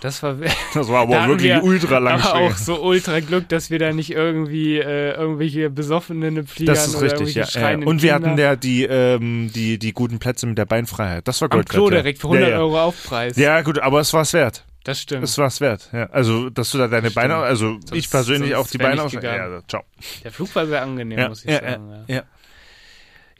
Speaker 3: Das war
Speaker 2: Das war
Speaker 3: da
Speaker 2: aber
Speaker 3: hatten
Speaker 2: wirklich
Speaker 3: wir
Speaker 2: ultra lange
Speaker 3: aber auch
Speaker 2: Strecke.
Speaker 3: so ultra Glück, dass wir da nicht irgendwie äh, irgendwelche Besoffenen im Flieger
Speaker 2: Das ist richtig, ja. ja. Und wir hatten ja die, ähm, die, die guten Plätze mit der Beinfreiheit. Das war
Speaker 3: am
Speaker 2: Gold
Speaker 3: Klo direkt für 100
Speaker 2: ja, ja.
Speaker 3: Euro Aufpreis.
Speaker 2: Ja, gut, aber es war's wert.
Speaker 3: Das stimmt.
Speaker 2: Es war's wert. Ja. Also, dass du da deine Beine, also ich persönlich
Speaker 3: sonst
Speaker 2: auch die
Speaker 3: wär
Speaker 2: Beine
Speaker 3: nicht
Speaker 2: aus.
Speaker 3: gegangen.
Speaker 2: Ja, ciao.
Speaker 3: Der Flug war sehr angenehm,
Speaker 2: Ja,
Speaker 3: muss ich
Speaker 2: ja,
Speaker 3: sagen. Ja.
Speaker 2: ja, ja.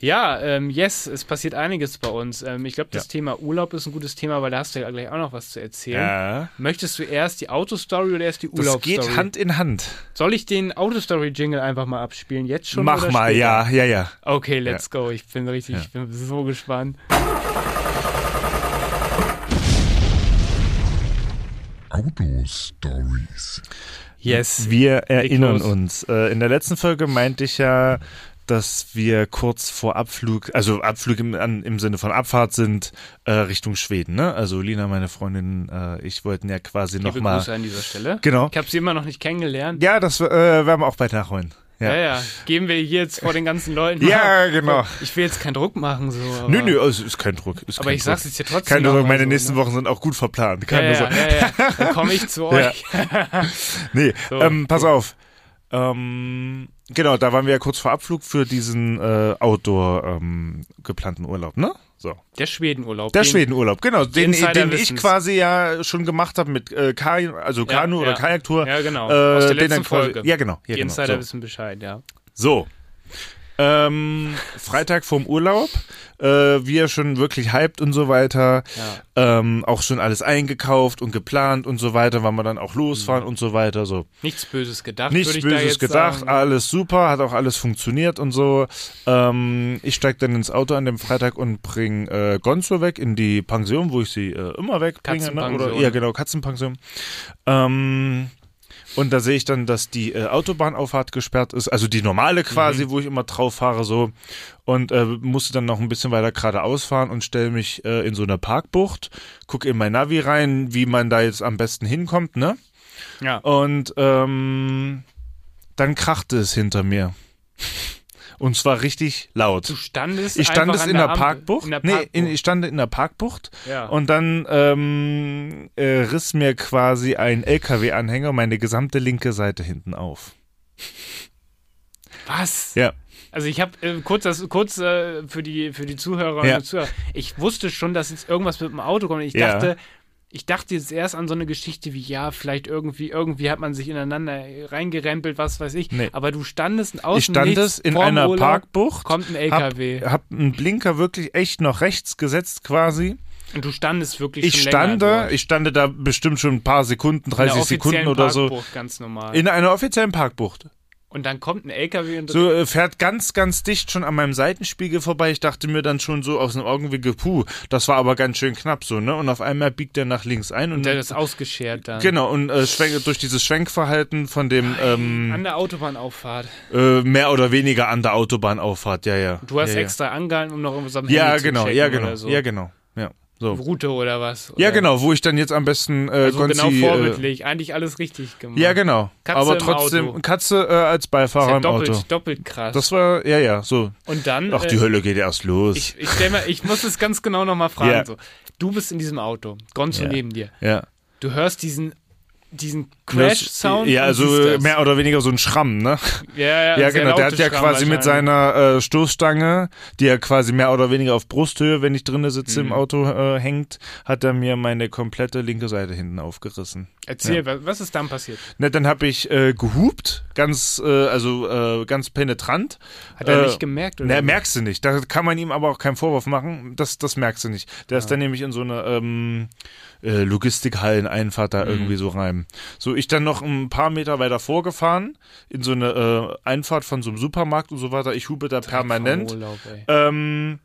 Speaker 3: Ja, ähm, yes, es passiert einiges bei uns. Ähm, ich glaube, das
Speaker 2: Ja.
Speaker 3: Thema Urlaub ist ein gutes Thema, weil da hast du ja gleich auch noch was zu erzählen.
Speaker 2: ja.
Speaker 3: Möchtest du erst die Autostory oder erst die
Speaker 2: Das
Speaker 3: Urlaubsstory?
Speaker 2: geht Hand in Hand.
Speaker 3: Soll ich den Autostory-Jingle einfach mal abspielen? Jetzt schon?
Speaker 2: Mach
Speaker 3: oder
Speaker 2: mal,
Speaker 3: später?
Speaker 2: ja, ja, ja.
Speaker 3: Okay, let's go. Ich bin richtig, ich bin so gespannt.
Speaker 1: Auto Stories.
Speaker 3: Yes.
Speaker 2: Wir erinnern
Speaker 3: los.
Speaker 2: uns. Äh, in der letzten Folge meinte ich ja, dass wir kurz vor Abflug, also Abflug im, an, im Sinne von Abfahrt sind, äh, Richtung Schweden. Ne? Also Lina, meine Freundin, äh, ich wollten ja quasi
Speaker 3: Liebe
Speaker 2: nochmal.
Speaker 3: Grüße an dieser Stelle.
Speaker 2: Genau.
Speaker 3: Ich habe sie immer noch nicht kennengelernt.
Speaker 2: Ja, das äh, werden wir auch bald nachholen.
Speaker 3: Ja. ja, Geben wir hier jetzt vor den ganzen Leuten.
Speaker 2: Ja,
Speaker 3: mal-
Speaker 2: genau.
Speaker 3: Ich will jetzt keinen Druck machen. So, aber,
Speaker 2: Nö, nö, es ist kein Druck. Ist
Speaker 3: Aber
Speaker 2: kein
Speaker 3: ich
Speaker 2: Druck.
Speaker 3: sag's jetzt hier trotzdem.
Speaker 2: Keine Sorge,
Speaker 3: nochmal
Speaker 2: meine
Speaker 3: so,
Speaker 2: nächsten
Speaker 3: ne?
Speaker 2: Wochen sind auch gut verplant.
Speaker 3: Ja,
Speaker 2: Keine
Speaker 3: ja,
Speaker 2: Sorge.
Speaker 3: ja, ja. Dann komme ich zu
Speaker 2: Ja.
Speaker 3: euch.
Speaker 2: Nee,
Speaker 3: So.
Speaker 2: ähm, pass auf. Ähm, genau, da waren wir ja kurz vor Abflug für diesen äh, Outdoor ähm, geplanten Urlaub, ne? So.
Speaker 3: Der Schwedenurlaub.
Speaker 2: Der
Speaker 3: den-
Speaker 2: Schwedenurlaub, genau. Den,
Speaker 3: Insider
Speaker 2: den ich
Speaker 3: wissen's.
Speaker 2: quasi ja schon gemacht habe mit äh, Kanu, also
Speaker 3: Ja,
Speaker 2: Kanu oder
Speaker 3: ja.
Speaker 2: Kajaktour.
Speaker 3: Ja, genau.
Speaker 2: Äh,
Speaker 3: Aus der
Speaker 2: den
Speaker 3: letzten
Speaker 2: dann quasi-
Speaker 3: Folge.
Speaker 2: Ja, genau. Ja,
Speaker 3: Die
Speaker 2: genau.
Speaker 3: Insider
Speaker 2: So.
Speaker 3: wissen Bescheid, ja.
Speaker 2: So. Ähm, Freitag vorm Urlaub, äh, wir schon wirklich hyped und so weiter, ähm, auch schon alles eingekauft und geplant und so weiter, wann wir dann auch losfahren
Speaker 3: Mhm.
Speaker 2: und so weiter, so.
Speaker 3: Nichts Böses gedacht.
Speaker 2: Nichts
Speaker 3: würde ich da
Speaker 2: Böses
Speaker 3: jetzt
Speaker 2: gedacht,
Speaker 3: Sagen.
Speaker 2: alles super, hat auch alles funktioniert und so. Ähm, ich steige dann ins Auto an dem Freitag und bringe äh, Gonzo weg in die Pension, wo ich sie äh, immer wegbringe. Ne? Oder,
Speaker 3: Katzenpension.
Speaker 2: ja, genau, Katzenpension. Ähm, und da sehe ich dann, dass die äh, Autobahnauffahrt gesperrt ist, also die normale
Speaker 3: Mhm.
Speaker 2: quasi, wo ich immer drauf fahre, so. Und äh, musste dann noch ein bisschen weiter geradeaus fahren und stelle mich äh, in so eine Parkbucht, gucke in mein Navi rein, wie man da jetzt am besten hinkommt, ne?
Speaker 3: Ja.
Speaker 2: Und ähm, dann krachte es hinter mir. Und zwar richtig laut.
Speaker 3: Du standest
Speaker 2: Ich stand
Speaker 3: einfach
Speaker 2: es
Speaker 3: an
Speaker 2: in der,
Speaker 3: Ampel,
Speaker 2: Parkbucht.
Speaker 3: In der
Speaker 2: Nee,
Speaker 3: Parkbucht.
Speaker 2: in, ich stand in der Parkbucht.
Speaker 3: Ja.
Speaker 2: Und dann ähm, äh, riss mir quasi ein LKW-Anhänger meine gesamte linke Seite hinten auf.
Speaker 3: Was?
Speaker 2: Ja.
Speaker 3: Also ich habe äh, kurz, das, kurz äh, für, die, für die Zuhörerinnen
Speaker 2: Ja.
Speaker 3: und Zuhörer, ich wusste schon, dass jetzt irgendwas mit dem Auto kommt. Ich
Speaker 2: Ja.
Speaker 3: dachte, ich dachte jetzt erst an so eine Geschichte wie, ja, vielleicht irgendwie, irgendwie hat man sich ineinander reingerempelt, was weiß ich.
Speaker 2: Nee.
Speaker 3: Aber du standest außen
Speaker 2: ich stand
Speaker 3: nichts,
Speaker 2: es in
Speaker 3: vorm
Speaker 2: einer
Speaker 3: Urlaub,
Speaker 2: Parkbucht.
Speaker 3: kommt ein LKW.
Speaker 2: Hab, hab einen Blinker wirklich echt noch rechts gesetzt quasi.
Speaker 3: Und du standest wirklich
Speaker 2: Ich
Speaker 3: schon
Speaker 2: stande,
Speaker 3: länger
Speaker 2: ich stande da bestimmt schon ein paar Sekunden,
Speaker 3: dort. In der
Speaker 2: 30 Sekunden
Speaker 3: offiziellen
Speaker 2: oder so.
Speaker 3: Parkbucht, ganz normal.
Speaker 2: In einer offiziellen Parkbucht.
Speaker 3: und dann kommt ein LKW und
Speaker 2: So äh, fährt ganz, ganz dicht schon an meinem Seitenspiegel vorbei. Ich dachte mir dann schon so aus dem Augenwinkel, puh, das war aber ganz schön knapp so, ne? Und auf einmal biegt er nach links ein und,
Speaker 3: der ist ausgeschert dann.
Speaker 2: genau und äh, schwenk, durch dieses Schwenkverhalten von dem ähm,
Speaker 3: An der Autobahnauffahrt.
Speaker 2: äh, mehr oder weniger an der Autobahnauffahrt, ja, ja.
Speaker 3: Du hast
Speaker 2: ja, ja.
Speaker 3: extra angehalten, um noch irgendwas am
Speaker 2: Ja,
Speaker 3: Handy zu
Speaker 2: genau,
Speaker 3: checken
Speaker 2: ja, genau,
Speaker 3: oder so.
Speaker 2: ja, genau, ja, so.
Speaker 3: Route oder was. Oder
Speaker 2: Ja, genau, wo ich dann jetzt am besten äh,
Speaker 3: Also genau
Speaker 2: Gonzi, äh,
Speaker 3: vorbildlich, eigentlich alles richtig gemacht.
Speaker 2: ja, genau.
Speaker 3: Katze
Speaker 2: aber
Speaker 3: im
Speaker 2: trotzdem
Speaker 3: Auto.
Speaker 2: Katze äh, als
Speaker 3: Ist
Speaker 2: Beifahrer
Speaker 3: ja
Speaker 2: im
Speaker 3: doppelt,
Speaker 2: Auto.
Speaker 3: doppelt krass.
Speaker 2: Das war ja, ja, so.
Speaker 3: und dann,
Speaker 2: Ach, die
Speaker 3: äh,
Speaker 2: Hölle geht erst los.
Speaker 3: ich, ich, stell mal, ich muss es ganz genau nochmal fragen.
Speaker 2: Ja.
Speaker 3: So. Du bist in diesem Auto, Gonzo
Speaker 2: Ja.
Speaker 3: neben dir.
Speaker 2: ja.
Speaker 3: Du hörst diesen, diesen
Speaker 2: Das-
Speaker 3: Crash-Sound.
Speaker 2: Ja,
Speaker 3: und
Speaker 2: also
Speaker 3: siehst das.
Speaker 2: mehr oder weniger so ein Schramm, ne?
Speaker 3: Ja, ja,
Speaker 2: Ja,
Speaker 3: sehr
Speaker 2: genau. Der
Speaker 3: lautes
Speaker 2: hat ja
Speaker 3: Schreien
Speaker 2: quasi mit
Speaker 3: wahrscheinlich.
Speaker 2: seiner äh, Stoßstange, die ja quasi mehr oder weniger auf Brusthöhe, wenn ich drinne sitze,
Speaker 3: Mhm.
Speaker 2: im Auto äh, hängt, hat er mir meine komplette linke Seite hinten aufgerissen.
Speaker 3: Erzähl, wa- was ist dann passiert?
Speaker 2: Ne, dann habe ich äh, gehupt, ganz, äh, also äh, ganz penetrant.
Speaker 3: Hat er
Speaker 2: Äh,
Speaker 3: nicht gemerkt? Oder?
Speaker 2: Ne, merkst du nicht. Da kann man ihm aber auch keinen Vorwurf machen. Das, das merkst du nicht. Der ist dann nämlich in so eine ähm, äh, Logistikhallen-Einfahrt
Speaker 3: Mhm.
Speaker 2: da irgendwie so rein. So, ich dann noch ein paar Meter weiter vorgefahren, in so eine äh, Einfahrt von so einem Supermarkt und so weiter. Ich hupe da permanent.
Speaker 3: Urlaub, ey.
Speaker 2: Ähm,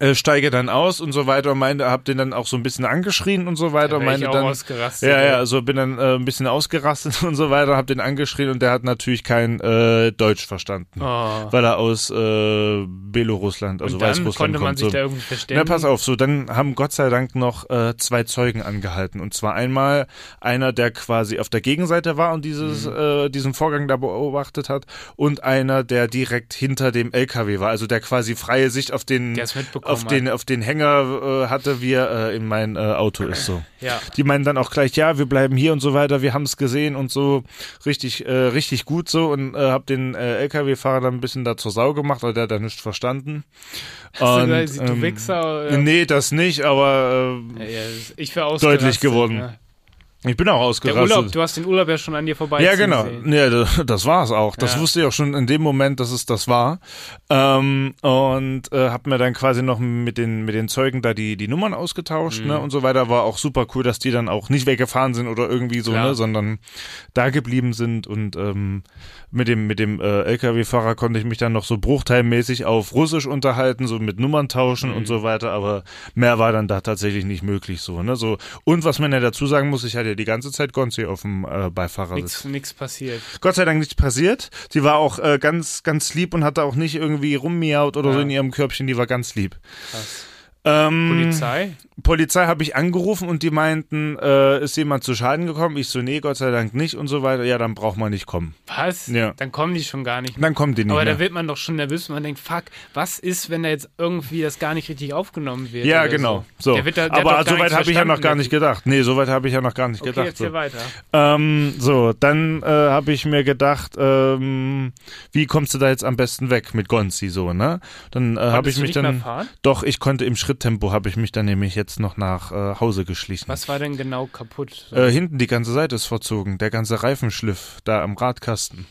Speaker 2: äh, steige dann aus und so weiter und meinte, hab den dann auch so ein bisschen angeschrien und so weiter.
Speaker 3: Da
Speaker 2: und
Speaker 3: wär ich
Speaker 2: meinte
Speaker 3: auch
Speaker 2: dann,
Speaker 3: ausgerastet.
Speaker 2: ja,
Speaker 3: ey.
Speaker 2: ja, also bin dann äh, ein bisschen ausgerastet und so weiter, hab den angeschrien und der hat natürlich kein äh, Deutsch verstanden.
Speaker 3: Oh.
Speaker 2: Weil er aus äh, Belorussland, also
Speaker 3: und dann
Speaker 2: Weißrussland
Speaker 3: konnte man
Speaker 2: kommt.
Speaker 3: sich
Speaker 2: So.
Speaker 3: da irgendwie verständigen.
Speaker 2: Na, pass auf, so, dann haben Gott sei Dank noch äh, zwei Zeugen angehalten. Und zwar einmal einer, der quasi auf der Gegenseite war und dieses,
Speaker 3: Mhm.
Speaker 2: äh, diesen Vorgang da beobachtet hat, und einer, der direkt hinter dem LKW war, also der quasi freie Sicht auf den,
Speaker 3: Der es mitbekommen
Speaker 2: auf den, auf den Hänger äh, hatte, wie er äh, in mein äh, Auto ist. So.
Speaker 3: Ja.
Speaker 2: Die meinen dann auch gleich, ja, wir bleiben hier und so weiter, wir haben es gesehen und so richtig, äh, richtig gut so und äh, hab den äh, LKW-Fahrer dann ein bisschen da zur Sau gemacht, aber der hat da nichts verstanden.
Speaker 3: Hast du
Speaker 2: Und,
Speaker 3: gesagt, du
Speaker 2: ähm,
Speaker 3: Wichser, äh, oder?
Speaker 2: Nee, das nicht, aber
Speaker 3: Ja, ja, ich wäre ausgerastet.
Speaker 2: deutlich geworden.
Speaker 3: Ja.
Speaker 2: äh, ich bin auch
Speaker 3: Der
Speaker 2: ausgerastet.
Speaker 3: Urlaub, du hast den Urlaub ja schon an dir vorbei.
Speaker 2: ja, genau.
Speaker 3: Sehen.
Speaker 2: Ja, da- das war's auch. Das
Speaker 3: Ja.
Speaker 2: wusste ich auch schon in dem Moment, dass es das war. Ähm, und äh, hab mir dann quasi noch mit den, mit den Zeugen da die, die Nummern ausgetauscht
Speaker 3: Mhm.
Speaker 2: ne, und so weiter. War auch super cool, dass die dann auch nicht weggefahren sind oder irgendwie so,
Speaker 3: Klar.
Speaker 2: ne, sondern da geblieben sind. Und ähm, mit dem, mit dem äh, LKW-Fahrer konnte ich mich dann noch so bruchteilmäßig auf Russisch unterhalten, so mit Nummern tauschen
Speaker 3: Mhm.
Speaker 2: und so weiter. Aber mehr war dann da tatsächlich nicht möglich so. Ne, so. Und was man ja dazu sagen muss, ich hatte beide die ganze Zeit Gonzi auf dem äh, Beifahrersitz.
Speaker 3: Nichts nichts passiert.
Speaker 2: Gott sei Dank nichts passiert. Sie war auch äh, ganz, ganz lieb und hatte auch nicht irgendwie rummiaut oder so in ihrem Körbchen. Die war ganz lieb.
Speaker 3: Krass.
Speaker 2: Ähm,
Speaker 3: Polizei?
Speaker 2: Polizei habe ich angerufen und die meinten, äh, ist jemand zu Schaden gekommen? Ich so, nee, Gott sei Dank nicht und so weiter. Ja, dann braucht man nicht kommen.
Speaker 3: Was?
Speaker 2: Ja.
Speaker 3: Dann kommen die schon gar nicht mehr.
Speaker 2: Dann kommen die nicht
Speaker 3: Aber da
Speaker 2: mehr.
Speaker 3: wird man doch schon nervös und man denkt, fuck, was ist, wenn da jetzt irgendwie das gar nicht richtig aufgenommen wird?
Speaker 2: Ja,
Speaker 3: oder
Speaker 2: genau.
Speaker 3: So.
Speaker 2: So.
Speaker 3: Der wird da, der hat
Speaker 2: Aber
Speaker 3: doch gar
Speaker 2: soweit
Speaker 3: nichts
Speaker 2: habe ich ja noch gar
Speaker 3: verstanden.
Speaker 2: nicht gedacht. Nee, soweit habe ich ja noch gar nicht
Speaker 3: Okay,
Speaker 2: gedacht.
Speaker 3: jetzt hier
Speaker 2: so.
Speaker 3: weiter.
Speaker 2: Ähm, so, dann äh, habe ich mir gedacht, ähm, wie kommst du da jetzt am besten weg mit Gonzi so, ne? Dann äh, habe
Speaker 3: Konntest
Speaker 2: ich
Speaker 3: du
Speaker 2: mich
Speaker 3: nicht
Speaker 2: dann
Speaker 3: mehr fahren?
Speaker 2: doch, ich konnte im Schritttempo habe ich mich dann nämlich jetzt noch nach äh, Hause geschlichen.
Speaker 3: Was war denn genau kaputt? So.
Speaker 2: Äh, hinten die ganze Seite ist verzogen, der ganze Reifenschliff da am Radkasten.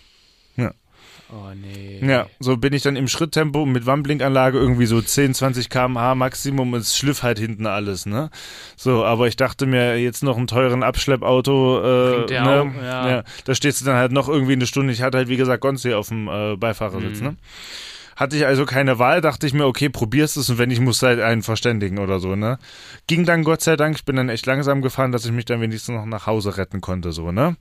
Speaker 3: oh nee.
Speaker 2: Ja, so bin ich dann im Schritttempo mit Wamblinkanlage irgendwie so 10, 20 km/h Maximum. Es schliff halt hinten alles, ne? So, aber ich dachte mir, jetzt noch einen teuren Abschleppauto,
Speaker 3: Bringt
Speaker 2: äh,
Speaker 3: der
Speaker 2: ne?
Speaker 3: auch, ja.
Speaker 2: da stehst du dann halt noch irgendwie eine Stunde. Ich hatte halt, wie gesagt, Gonzi auf dem äh, Beifahrersitz,
Speaker 3: Mhm.
Speaker 2: ne? Hatte ich also keine Wahl, dachte ich mir, okay, probierst es und wenn ich muss halt einen verständigen oder so, ne? Ging dann Gott sei Dank, ich bin dann echt langsam gefahren, dass ich mich dann wenigstens noch nach Hause retten konnte, so, ne?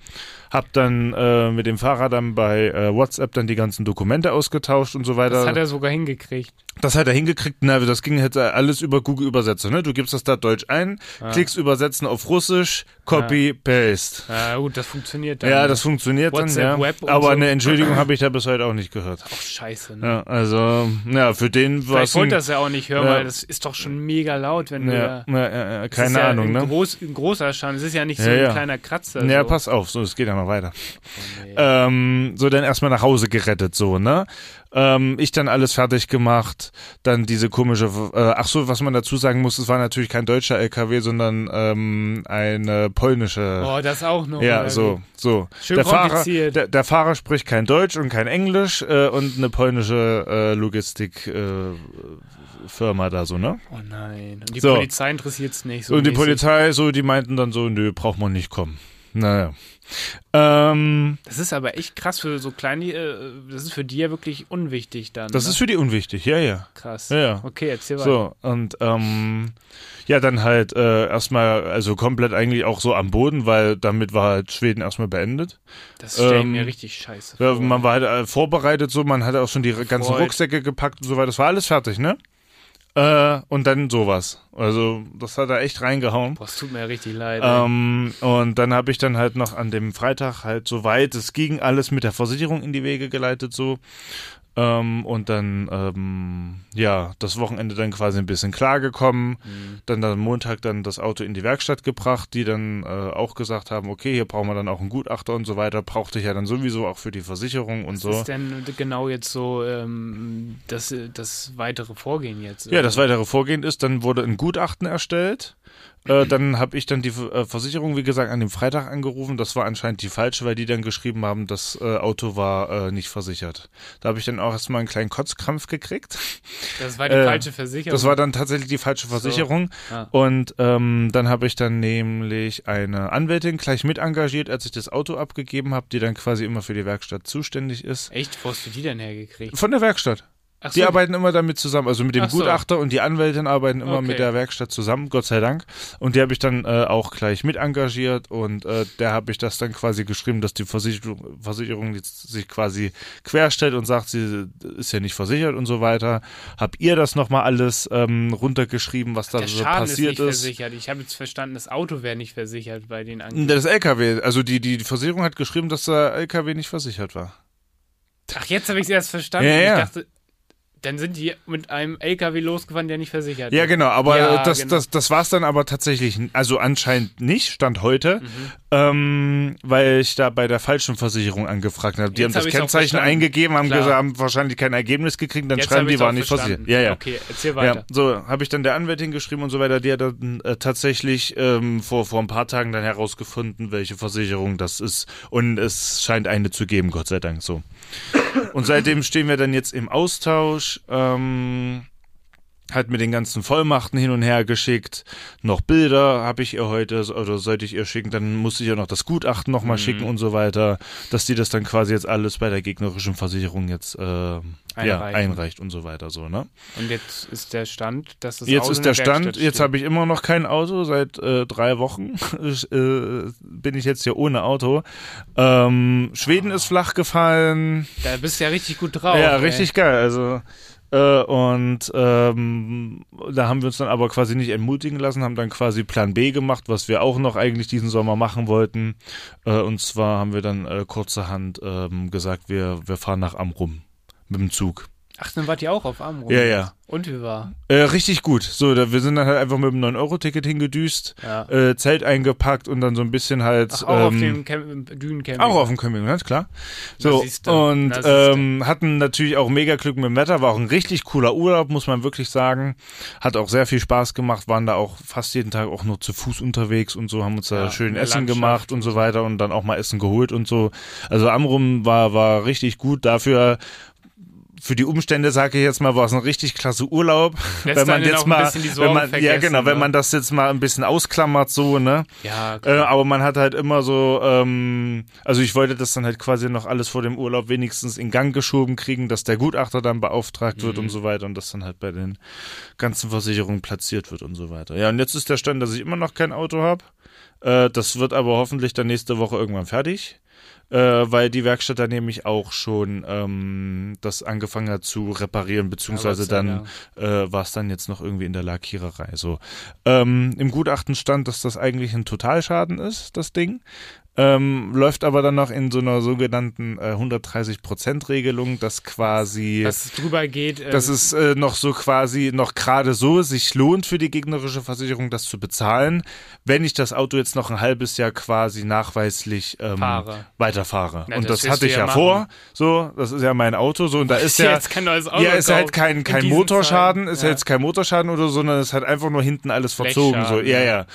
Speaker 2: Hab dann äh, mit dem Fahrer dann bei äh, WhatsApp dann die ganzen Dokumente ausgetauscht und so weiter.
Speaker 3: Das hat er sogar hingekriegt.
Speaker 2: Das hat er hingekriegt, na, das ging jetzt alles über Google Übersetzer, ne? Du gibst das da Deutsch ein,
Speaker 3: Ah.
Speaker 2: klickst übersetzen auf Russisch, Copy, Paste.
Speaker 3: Na gut, das funktioniert dann.
Speaker 2: Ja, das funktioniert
Speaker 3: WhatsApp,
Speaker 2: dann, ja.
Speaker 3: Web und
Speaker 2: Aber
Speaker 3: so.
Speaker 2: eine Entschuldigung habe ich da bis heute auch nicht gehört.
Speaker 3: Scheiße, ne?
Speaker 2: Ja, also, ja, für den war
Speaker 3: Vielleicht
Speaker 2: es.
Speaker 3: wollte
Speaker 2: ein-
Speaker 3: das ja auch nicht hören,
Speaker 2: Ja.
Speaker 3: weil das ist doch schon mega laut, wenn du
Speaker 2: Ja,
Speaker 3: da-
Speaker 2: ja, ja, ja,
Speaker 3: Das
Speaker 2: keine
Speaker 3: ist ja
Speaker 2: Ahnung,
Speaker 3: ein,
Speaker 2: ne?
Speaker 3: Groß, ein großer Schaden. Es ist ja nicht so
Speaker 2: Ja,
Speaker 3: ein
Speaker 2: ja.
Speaker 3: kleiner Kratzer.
Speaker 2: Ja,
Speaker 3: so.
Speaker 2: pass auf, so, es geht ja noch weiter.
Speaker 3: Oh,
Speaker 2: ähm, so, dann erstmal nach Hause gerettet, so, ne? Ähm, ich dann alles fertig gemacht, dann diese komische, äh, ach so, was man dazu sagen muss, es war natürlich kein deutscher LKW, sondern ähm, eine polnische.
Speaker 3: Oh, das auch noch.
Speaker 2: Ja,
Speaker 3: oder
Speaker 2: so, so.
Speaker 3: Schön
Speaker 2: der, Fahrer,
Speaker 3: kompliziert.
Speaker 2: der, der Fahrer spricht kein Deutsch und kein Englisch äh, und eine polnische äh, Logistikfirma äh, Firma da so, ne?
Speaker 3: wie? Oh nein. Und die
Speaker 2: So.
Speaker 3: Polizei interessiert es nicht. So
Speaker 2: und die
Speaker 3: mäßig.
Speaker 2: Polizei, so, die meinten dann so, nö, braucht man nicht kommen. Naja. Ähm,
Speaker 3: Das ist aber echt krass für so kleine. Äh, das ist für die ja wirklich unwichtig dann.
Speaker 2: das
Speaker 3: ne?
Speaker 2: ist für die unwichtig, ja, ja.
Speaker 3: krass.
Speaker 2: Ja, ja.
Speaker 3: Okay, erzähl weiter.
Speaker 2: So, und ähm, ja, dann halt äh, erstmal, also komplett eigentlich auch so am Boden, weil damit war halt Schweden erstmal beendet.
Speaker 3: Das stelle ich
Speaker 2: ähm,
Speaker 3: mir richtig scheiße
Speaker 2: Ja,
Speaker 3: vor.
Speaker 2: man war halt äh, vorbereitet, so, man hatte auch schon die ganzen
Speaker 3: Freut.
Speaker 2: Rucksäcke gepackt und so weiter. Das war alles fertig, ne? Äh, und dann sowas. Also, das hat er echt reingehauen.
Speaker 3: Boah, es tut mir ja richtig leid. ey.
Speaker 2: Ähm, und dann habe ich dann halt noch an dem Freitag halt, soweit es ging, alles mit der Versicherung in die Wege geleitet, so. Ähm, und dann, ähm, ja, das Wochenende dann quasi ein bisschen klargekommen. Dann am Montag dann das Auto in die Werkstatt gebracht, die dann äh, auch gesagt haben, okay, hier brauchen wir dann auch einen Gutachter und so weiter. Brauchte ich ja dann sowieso auch für die Versicherung und so.
Speaker 3: Was ist denn genau jetzt so ähm, das, äh, das weitere Vorgehen jetzt?
Speaker 2: Ja, das weitere Vorgehen ist, dann wurde ein Gutachten erstellt. Äh, dann habe ich dann die äh, Versicherung, wie gesagt, an dem Freitag angerufen. Das war anscheinend die falsche, weil die dann geschrieben haben, das äh, Auto war äh, nicht versichert. Da habe ich dann auch erstmal einen kleinen Kotzkrampf gekriegt.
Speaker 3: Das war die
Speaker 2: äh,
Speaker 3: falsche Versicherung.
Speaker 2: Das war dann tatsächlich die falsche Versicherung.
Speaker 3: Ah.
Speaker 2: Und ähm, dann habe ich dann nämlich eine Anwältin gleich mit engagiert, als ich das Auto abgegeben habe, die dann quasi immer für die Werkstatt zuständig ist.
Speaker 3: Echt? Wo hast du die denn hergekriegt?
Speaker 2: Von der Werkstatt.
Speaker 3: Ach
Speaker 2: Die arbeiten immer damit zusammen, also mit dem
Speaker 3: Ach so.
Speaker 2: Gutachter und die Anwältin arbeiten immer
Speaker 3: Okay.
Speaker 2: mit der Werkstatt zusammen, Gott sei Dank. Und die habe ich dann äh, auch gleich mit engagiert und äh, der habe ich das dann quasi geschrieben, dass die Versicherung, Versicherung jetzt sich quasi querstellt und sagt, sie äh, ist ja nicht versichert und so weiter. Hab ihr das nochmal alles ähm, runtergeschrieben, was da
Speaker 3: der
Speaker 2: Also so
Speaker 3: Schaden ist
Speaker 2: passiert
Speaker 3: nicht
Speaker 2: ist?
Speaker 3: versichert. Ich habe jetzt verstanden, das Auto wäre nicht versichert bei den Angriffen.
Speaker 2: Das LKW, also die, die, die Versicherung hat geschrieben, dass der LKW nicht versichert war.
Speaker 3: Ach, jetzt habe ich es erst verstanden.
Speaker 2: Ja, ja.
Speaker 3: Ich dachte, dann sind die mit einem LKW losgefahren, der nicht versichert
Speaker 2: Ja,
Speaker 3: ist.
Speaker 2: genau, aber
Speaker 3: Ja,
Speaker 2: äh, das,
Speaker 3: genau.
Speaker 2: das, das war es dann aber tatsächlich, n- also anscheinend nicht, Stand heute,
Speaker 3: Mhm.
Speaker 2: ähm, weil ich da bei der falschen Versicherung angefragt habe. Die haben
Speaker 3: Jetzt
Speaker 2: das
Speaker 3: hab ich's auch
Speaker 2: Kennzeichen
Speaker 3: verstanden.
Speaker 2: eingegeben, haben,
Speaker 3: Klar.
Speaker 2: gesagt, haben wahrscheinlich kein Ergebnis gekriegt, dann
Speaker 3: Jetzt
Speaker 2: schreiben
Speaker 3: habe
Speaker 2: die,
Speaker 3: ich's auch
Speaker 2: waren nicht
Speaker 3: verstanden.
Speaker 2: versichert. Ja, ja.
Speaker 3: Okay, erzähl
Speaker 2: Ja,
Speaker 3: weiter.
Speaker 2: so habe ich dann der Anwältin geschrieben und so weiter. Die hat dann äh, tatsächlich ähm, vor, vor ein paar Tagen dann herausgefunden, welche Versicherung das ist. Und es scheint eine zu geben, Gott sei Dank so. Und seitdem stehen wir dann jetzt im Austausch. Ähm, hat mir den ganzen Vollmachten hin und her geschickt. Noch Bilder habe ich ihr heute so- oder sollte ich ihr schicken. Dann musste ich ja noch das Gutachten
Speaker 3: Mhm.
Speaker 2: nochmal mal schicken und so weiter, dass die das dann quasi jetzt alles bei der gegnerischen Versicherung jetzt äh, Ja,
Speaker 3: Einreichen.
Speaker 2: einreicht und so weiter. So, ne?
Speaker 3: Und jetzt ist der Stand, dass das
Speaker 2: Jetzt
Speaker 3: Auto
Speaker 2: ist
Speaker 3: in
Speaker 2: der Stand,
Speaker 3: Werkstatt
Speaker 2: jetzt
Speaker 3: steht.
Speaker 2: habe ich immer noch kein Auto, seit äh, drei Wochen ich, äh, bin ich jetzt hier ohne Auto. Ähm, Schweden ist flach gefallen.
Speaker 3: Da bist du ja richtig gut drauf.
Speaker 2: ja,
Speaker 3: ey.
Speaker 2: richtig geil. Also äh, und ähm, da haben wir uns dann aber quasi nicht entmutigen lassen, haben dann quasi Plan B gemacht, was wir auch noch eigentlich diesen Sommer machen wollten. Äh, und zwar haben wir dann äh, kurzerhand ähm, gesagt, wir, wir fahren nach Amrum mit dem Zug.
Speaker 3: Ach, dann wart ihr auch auf Amrum.
Speaker 2: Ja, ja.
Speaker 3: Und wie war?
Speaker 2: Äh, richtig gut. So, da, wir sind dann halt einfach mit dem 9-Euro-Ticket hingedüst,
Speaker 3: Ja.
Speaker 2: äh, Zelt eingepackt und dann so ein bisschen halt.
Speaker 3: Ach, auch auf
Speaker 2: ähm,
Speaker 3: dem Camp Dünencamp.
Speaker 2: auch auf dem Campingplatz, klar. So,
Speaker 3: siehste.
Speaker 2: und
Speaker 3: Na, siehste.
Speaker 2: ähm, hatten natürlich auch mega Glück mit dem Wetter, war auch ein richtig cooler Urlaub, muss man wirklich sagen. Hat auch sehr viel Spaß gemacht, waren da auch fast jeden Tag auch nur zu Fuß unterwegs und so, haben uns da
Speaker 3: Ja, in
Speaker 2: schön
Speaker 3: der
Speaker 2: Essen
Speaker 3: Landschaft
Speaker 2: gemacht und so weiter und dann auch mal Essen geholt und so. Also Amrum war, war richtig gut dafür. Für die Umstände sage ich jetzt mal, war es ein richtig klasse Urlaub.
Speaker 3: Lässt
Speaker 2: wenn man
Speaker 3: einen auch
Speaker 2: jetzt
Speaker 3: ein
Speaker 2: mal,
Speaker 3: bisschen die Sorgen
Speaker 2: wenn man, ja
Speaker 3: vergessen,
Speaker 2: genau, wenn
Speaker 3: ne?
Speaker 2: man das jetzt mal ein bisschen ausklammert, so ne.
Speaker 3: Ja,
Speaker 2: Äh,
Speaker 3: klar.
Speaker 2: aber man hat halt immer so, ähm, also ich wollte das dann halt quasi noch alles vor dem Urlaub wenigstens in Gang geschoben kriegen, dass der Gutachter dann beauftragt wird
Speaker 3: Mhm.
Speaker 2: und so weiter und das dann halt bei den ganzen Versicherungen platziert wird und so weiter. Ja, und jetzt ist der Stand, dass ich immer noch kein Auto habe. Äh, das wird aber hoffentlich dann nächste Woche irgendwann fertig. Äh, weil die Werkstatt dann nämlich auch schon ähm, das angefangen hat zu reparieren, beziehungsweise
Speaker 3: sei
Speaker 2: dann
Speaker 3: Dank.
Speaker 2: äh, war es dann jetzt noch irgendwie in der Lackiererei. So. Ähm, Im Gutachten stand, dass das eigentlich ein Totalschaden ist, das Ding. Ähm, läuft aber dann noch in so einer sogenannten äh, 130%-Regelung, dass quasi
Speaker 3: dass es drüber geht. äh,
Speaker 2: dass es äh, noch so quasi noch gerade so sich lohnt für die gegnerische Versicherung, das zu bezahlen, wenn ich das Auto jetzt noch ein halbes Jahr quasi nachweislich ähm,
Speaker 3: Fahre.
Speaker 2: weiterfahre.
Speaker 3: Na,
Speaker 2: und das,
Speaker 3: das wirst
Speaker 2: hatte
Speaker 3: du
Speaker 2: ich
Speaker 3: ja
Speaker 2: ja
Speaker 3: machen.
Speaker 2: vor. So, das ist ja mein Auto. So und da ist
Speaker 3: ja
Speaker 2: ja
Speaker 3: jetzt kein neues Auto
Speaker 2: ja ist ja halt
Speaker 3: kaufen
Speaker 2: kein
Speaker 3: in
Speaker 2: kein
Speaker 3: diesen
Speaker 2: Motorschaden,
Speaker 3: Zeiten.
Speaker 2: ist
Speaker 3: Ja.
Speaker 2: ja. jetzt kein Motorschaden oder so, sondern es hat einfach nur hinten alles verzogen. So
Speaker 3: Blechschaden,
Speaker 2: ja
Speaker 3: ja.
Speaker 2: ja.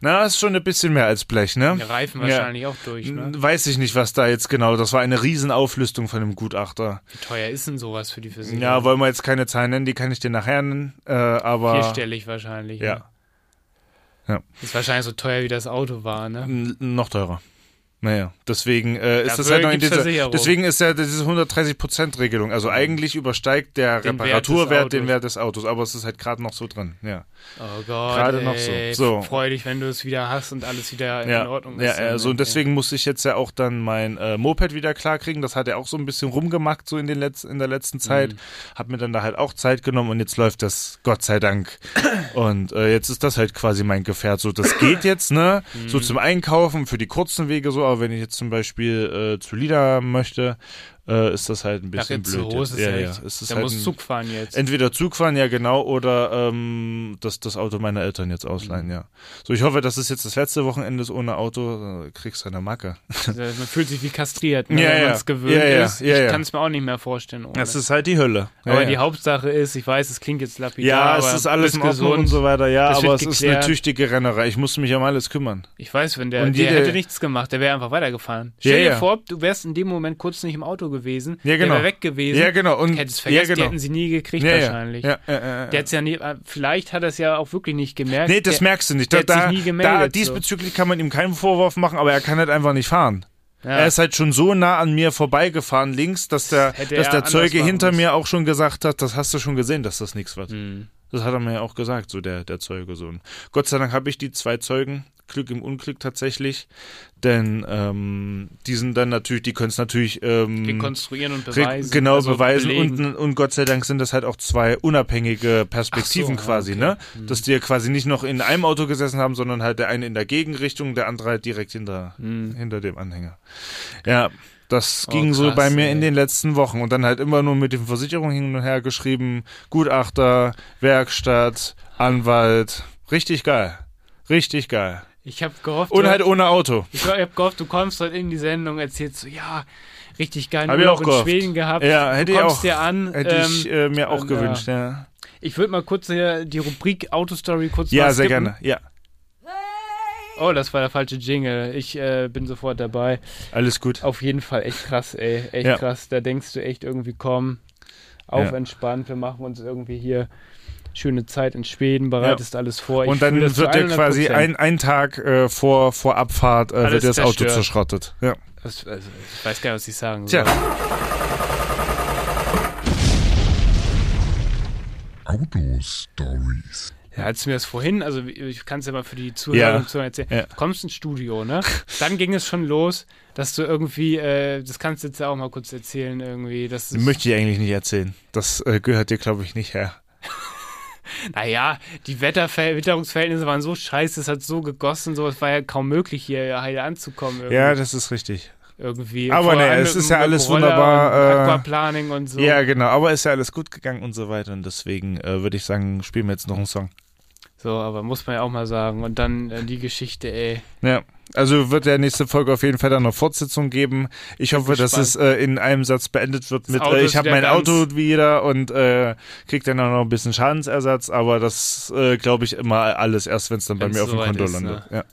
Speaker 2: Na, ist schon ein bisschen mehr als Blech, ne?
Speaker 3: der Reifen
Speaker 2: Ja.
Speaker 3: wahrscheinlich auch durch, ne?
Speaker 2: Weiß ich nicht, was da jetzt genau. Das war eine Riesenauflistung von dem Gutachter.
Speaker 3: Wie teuer ist denn sowas für die Physik?
Speaker 2: Ja, wollen wir jetzt keine Zahlen nennen, die kann ich dir nachher nennen, äh, aber
Speaker 3: Vierstellig wahrscheinlich. ne?
Speaker 2: ja,
Speaker 3: Ist wahrscheinlich so teuer, wie das Auto war, ne?
Speaker 2: n- noch teurer. Naja, deswegen äh, ist
Speaker 3: Dafür
Speaker 2: das halt noch in
Speaker 3: gibt's
Speaker 2: dieser,
Speaker 3: Versicherung.
Speaker 2: deswegen ist ja diese 130 Regelung. Also eigentlich übersteigt der
Speaker 3: Mhm. Den Wert des
Speaker 2: Reparaturwert den
Speaker 3: Autos.
Speaker 2: Wert des Autos, aber es ist halt gerade noch so drin. Ja,
Speaker 3: Oh Gott.
Speaker 2: Gerade noch so.
Speaker 3: ey,
Speaker 2: So.
Speaker 3: Freu dich, wenn du es wieder hast und alles wieder
Speaker 2: ja,
Speaker 3: in Ordnung
Speaker 2: ja.
Speaker 3: ist. ne?
Speaker 2: äh, so und deswegen muss ich jetzt ja auch dann mein äh, Moped wieder klarkriegen. Das hat er auch so ein bisschen rumgemacht so in den Letz-, in der letzten
Speaker 3: Mhm.
Speaker 2: Zeit. Hab mir dann da halt auch Zeit genommen und jetzt läuft das, Gott sei Dank. Und äh, jetzt ist das halt quasi mein Gefährt. So, das geht jetzt, ne?
Speaker 3: Mhm.
Speaker 2: So zum Einkaufen, für die kurzen Wege so, aber wenn ich jetzt zum Beispiel äh, zu Lida möchte, äh, ist das halt ein
Speaker 3: Ach,
Speaker 2: bisschen
Speaker 3: jetzt
Speaker 2: blöd.
Speaker 3: so hoch ist es
Speaker 2: ja,
Speaker 3: ja,
Speaker 2: ja.
Speaker 3: echt.
Speaker 2: Es ist
Speaker 3: Da
Speaker 2: halt
Speaker 3: muss
Speaker 2: ein-
Speaker 3: Zug fahren jetzt.
Speaker 2: Entweder Zug fahren, ja genau, oder ähm, das, das Auto meiner Eltern jetzt ausleihen,
Speaker 3: Mhm.
Speaker 2: ja. So, ich hoffe, das ist jetzt das letzte Wochenende ohne Auto, äh, kriegst du eine Macke.
Speaker 3: Also, man fühlt sich wie kastriert, ne,
Speaker 2: Ja,
Speaker 3: wenn
Speaker 2: ja.
Speaker 3: man es gewöhnt
Speaker 2: Ja, ja,
Speaker 3: ist.
Speaker 2: ja, ja.
Speaker 3: Ich kann es mir auch nicht mehr vorstellen. Ohne.
Speaker 2: Das ist halt die Hölle.
Speaker 3: aber
Speaker 2: ja,
Speaker 3: die
Speaker 2: ja.
Speaker 3: Hauptsache ist, ich weiß, es klingt jetzt lapidar,
Speaker 2: ja,
Speaker 3: aber
Speaker 2: es ist alles
Speaker 3: bist
Speaker 2: in Ordnung
Speaker 3: gesund.
Speaker 2: und so weiter, ja,
Speaker 3: Das
Speaker 2: aber es
Speaker 3: wird
Speaker 2: ist eine
Speaker 3: geklärt.
Speaker 2: tüchtige Rennerei. Ich muss mich um alles kümmern.
Speaker 3: Ich weiß, wenn der,
Speaker 2: Und
Speaker 3: der
Speaker 2: jede-
Speaker 3: hätte nichts gemacht, der wäre einfach weitergefahren.
Speaker 2: Ja,
Speaker 3: Stell dir
Speaker 2: ja.
Speaker 3: vor, du wärst in dem Moment kurz nicht im Auto gewesen,
Speaker 2: Ja, genau.
Speaker 3: der wäre weg gewesen,
Speaker 2: Ja, genau. Und,
Speaker 3: hättest vergessen,
Speaker 2: ja,
Speaker 3: die
Speaker 2: genau.
Speaker 3: hätten sie nie gekriegt
Speaker 2: ja,
Speaker 3: wahrscheinlich.
Speaker 2: Ja, ja, ja, ja.
Speaker 3: Der hat's ja nie, äh, vielleicht hat er es ja auch wirklich nicht gemerkt.
Speaker 2: Nee, das
Speaker 3: der,
Speaker 2: merkst du nicht. Da,
Speaker 3: der hat
Speaker 2: da,
Speaker 3: sich nie
Speaker 2: da,
Speaker 3: gemeldet, so.
Speaker 2: diesbezüglich kann man ihm keinen Vorwurf machen, aber er kann halt einfach nicht fahren.
Speaker 3: ja.
Speaker 2: Er ist halt schon so nah an mir vorbeigefahren links, dass der,
Speaker 3: Hätte
Speaker 2: dass
Speaker 3: er
Speaker 2: der
Speaker 3: anders
Speaker 2: Zeuge
Speaker 3: machen
Speaker 2: hinter
Speaker 3: müssen.
Speaker 2: mir auch schon gesagt hat, das hast du schon gesehen, dass das nichts wird.
Speaker 3: Hm.
Speaker 2: Das hat er mir ja auch gesagt, so der, der Zeuge. So. Und Gott sei Dank habe ich die zwei Zeugen, Glück im Unglück tatsächlich, denn ähm, die sind dann natürlich, die können es natürlich ähm,
Speaker 3: rekonstruieren und
Speaker 2: re-
Speaker 3: beweisen.
Speaker 2: genau
Speaker 3: also
Speaker 2: beweisen
Speaker 3: belegen.
Speaker 2: und, und Gott sei Dank sind das halt auch zwei unabhängige Perspektiven
Speaker 3: Ach so, ah,
Speaker 2: quasi,
Speaker 3: okay.
Speaker 2: ne? Dass die ja quasi nicht noch in einem Auto gesessen haben, sondern halt der eine in der Gegenrichtung, der andere halt direkt hinter, hinter dem Anhänger. Ja, das
Speaker 3: Hm. Oh,
Speaker 2: ging so
Speaker 3: krass,
Speaker 2: bei mir in
Speaker 3: ey.
Speaker 2: den letzten Wochen und dann halt immer nur mit den Versicherungen hin und her geschrieben, Gutachter, Werkstatt, Anwalt, richtig geil. Richtig geil.
Speaker 3: Ich habe gehofft,
Speaker 2: Und
Speaker 3: du-
Speaker 2: halt ohne Auto.
Speaker 3: ich habe gehofft, du kommst heute in die Sendung, erzählst so, ja, richtig geil,
Speaker 2: Hab ich auch
Speaker 3: in
Speaker 2: gehofft.
Speaker 3: Schweden gehabt.
Speaker 2: Ja, hätte
Speaker 3: du
Speaker 2: ich
Speaker 3: kommst
Speaker 2: auch-
Speaker 3: dir an.
Speaker 2: Hätte
Speaker 3: ähm,
Speaker 2: ich äh, mir auch
Speaker 3: äh,
Speaker 2: gewünscht, ja.
Speaker 3: Ich würde mal kurz hier die Rubrik Autostory kurz
Speaker 2: Ja,
Speaker 3: mal
Speaker 2: sehr
Speaker 3: skippen.
Speaker 2: gerne. Ja,
Speaker 3: Oh, das war der falsche Jingle. Ich äh, bin sofort dabei.
Speaker 2: alles gut.
Speaker 3: Auf jeden Fall echt krass, ey. Echt
Speaker 2: Ja.
Speaker 3: krass. Da denkst du echt irgendwie, komm, auf
Speaker 2: Ja.
Speaker 3: entspannt, wir machen uns irgendwie hier Schöne Zeit in Schweden, bereitest alles vor. Ich
Speaker 2: Und dann
Speaker 3: fühl das zu
Speaker 2: wird dir
Speaker 3: 100%.
Speaker 2: quasi ein, ein Tag äh, vor, vor Abfahrt äh,
Speaker 3: Alles
Speaker 2: wird dir das Auto
Speaker 3: zerstört.
Speaker 2: zerschrottet. Ja.
Speaker 3: Das- Also, ich weiß gar nicht, was ich sagen soll.
Speaker 2: Tja.
Speaker 1: Outdoor Stories.
Speaker 3: Ja, als du mir das vorhin, also ich kann es ja mal für die Zuhörer
Speaker 2: Ja.
Speaker 3: und Zuhörer erzählen,
Speaker 2: Ja.
Speaker 3: du kommst ins Studio, ne? Dann ging es schon los, dass du irgendwie, äh, das kannst du jetzt ja auch mal kurz erzählen, irgendwie, dass es,
Speaker 2: Möchte ich eigentlich nicht erzählen. Das äh, gehört dir, glaube ich, nicht her.
Speaker 3: naja, die Wetterver Witterungsverhältnisse waren so scheiße, es hat so gegossen, so, es war ja kaum möglich, hier heil anzukommen. Irgendwie.
Speaker 2: Ja, das ist richtig.
Speaker 3: irgendwie.
Speaker 2: Aber
Speaker 3: Vor
Speaker 2: nee,
Speaker 3: allem
Speaker 2: es
Speaker 3: mit-
Speaker 2: ist ja
Speaker 3: mit
Speaker 2: alles
Speaker 3: Roller
Speaker 2: wunderbar,
Speaker 3: und
Speaker 2: äh,
Speaker 3: Aquaplaning und so.
Speaker 2: Ja, genau. Aber ist ja alles gut gegangen und so weiter. Und deswegen äh, würde ich sagen, spielen wir jetzt noch einen Song.
Speaker 3: So, aber muss man ja auch mal sagen. Und dann äh, die Geschichte, ey.
Speaker 2: Ja. Also wird der nächste Folge auf jeden Fall dann noch Fortsetzung geben. Ich hoffe, dass
Speaker 3: gespannt.
Speaker 2: es äh, in einem Satz beendet wird mit,
Speaker 3: Auto
Speaker 2: äh,
Speaker 3: ist
Speaker 2: ich habe
Speaker 3: wieder
Speaker 2: mein
Speaker 3: ganz-
Speaker 2: Auto wieder und äh, krieg dann auch noch ein bisschen Schadensersatz. Aber das äh, glaube ich immer alles erst, wenn es dann bei
Speaker 3: Wenn's
Speaker 2: mir auf dem
Speaker 3: soweit
Speaker 2: Konto
Speaker 3: ist, ne?
Speaker 2: landet. Ja.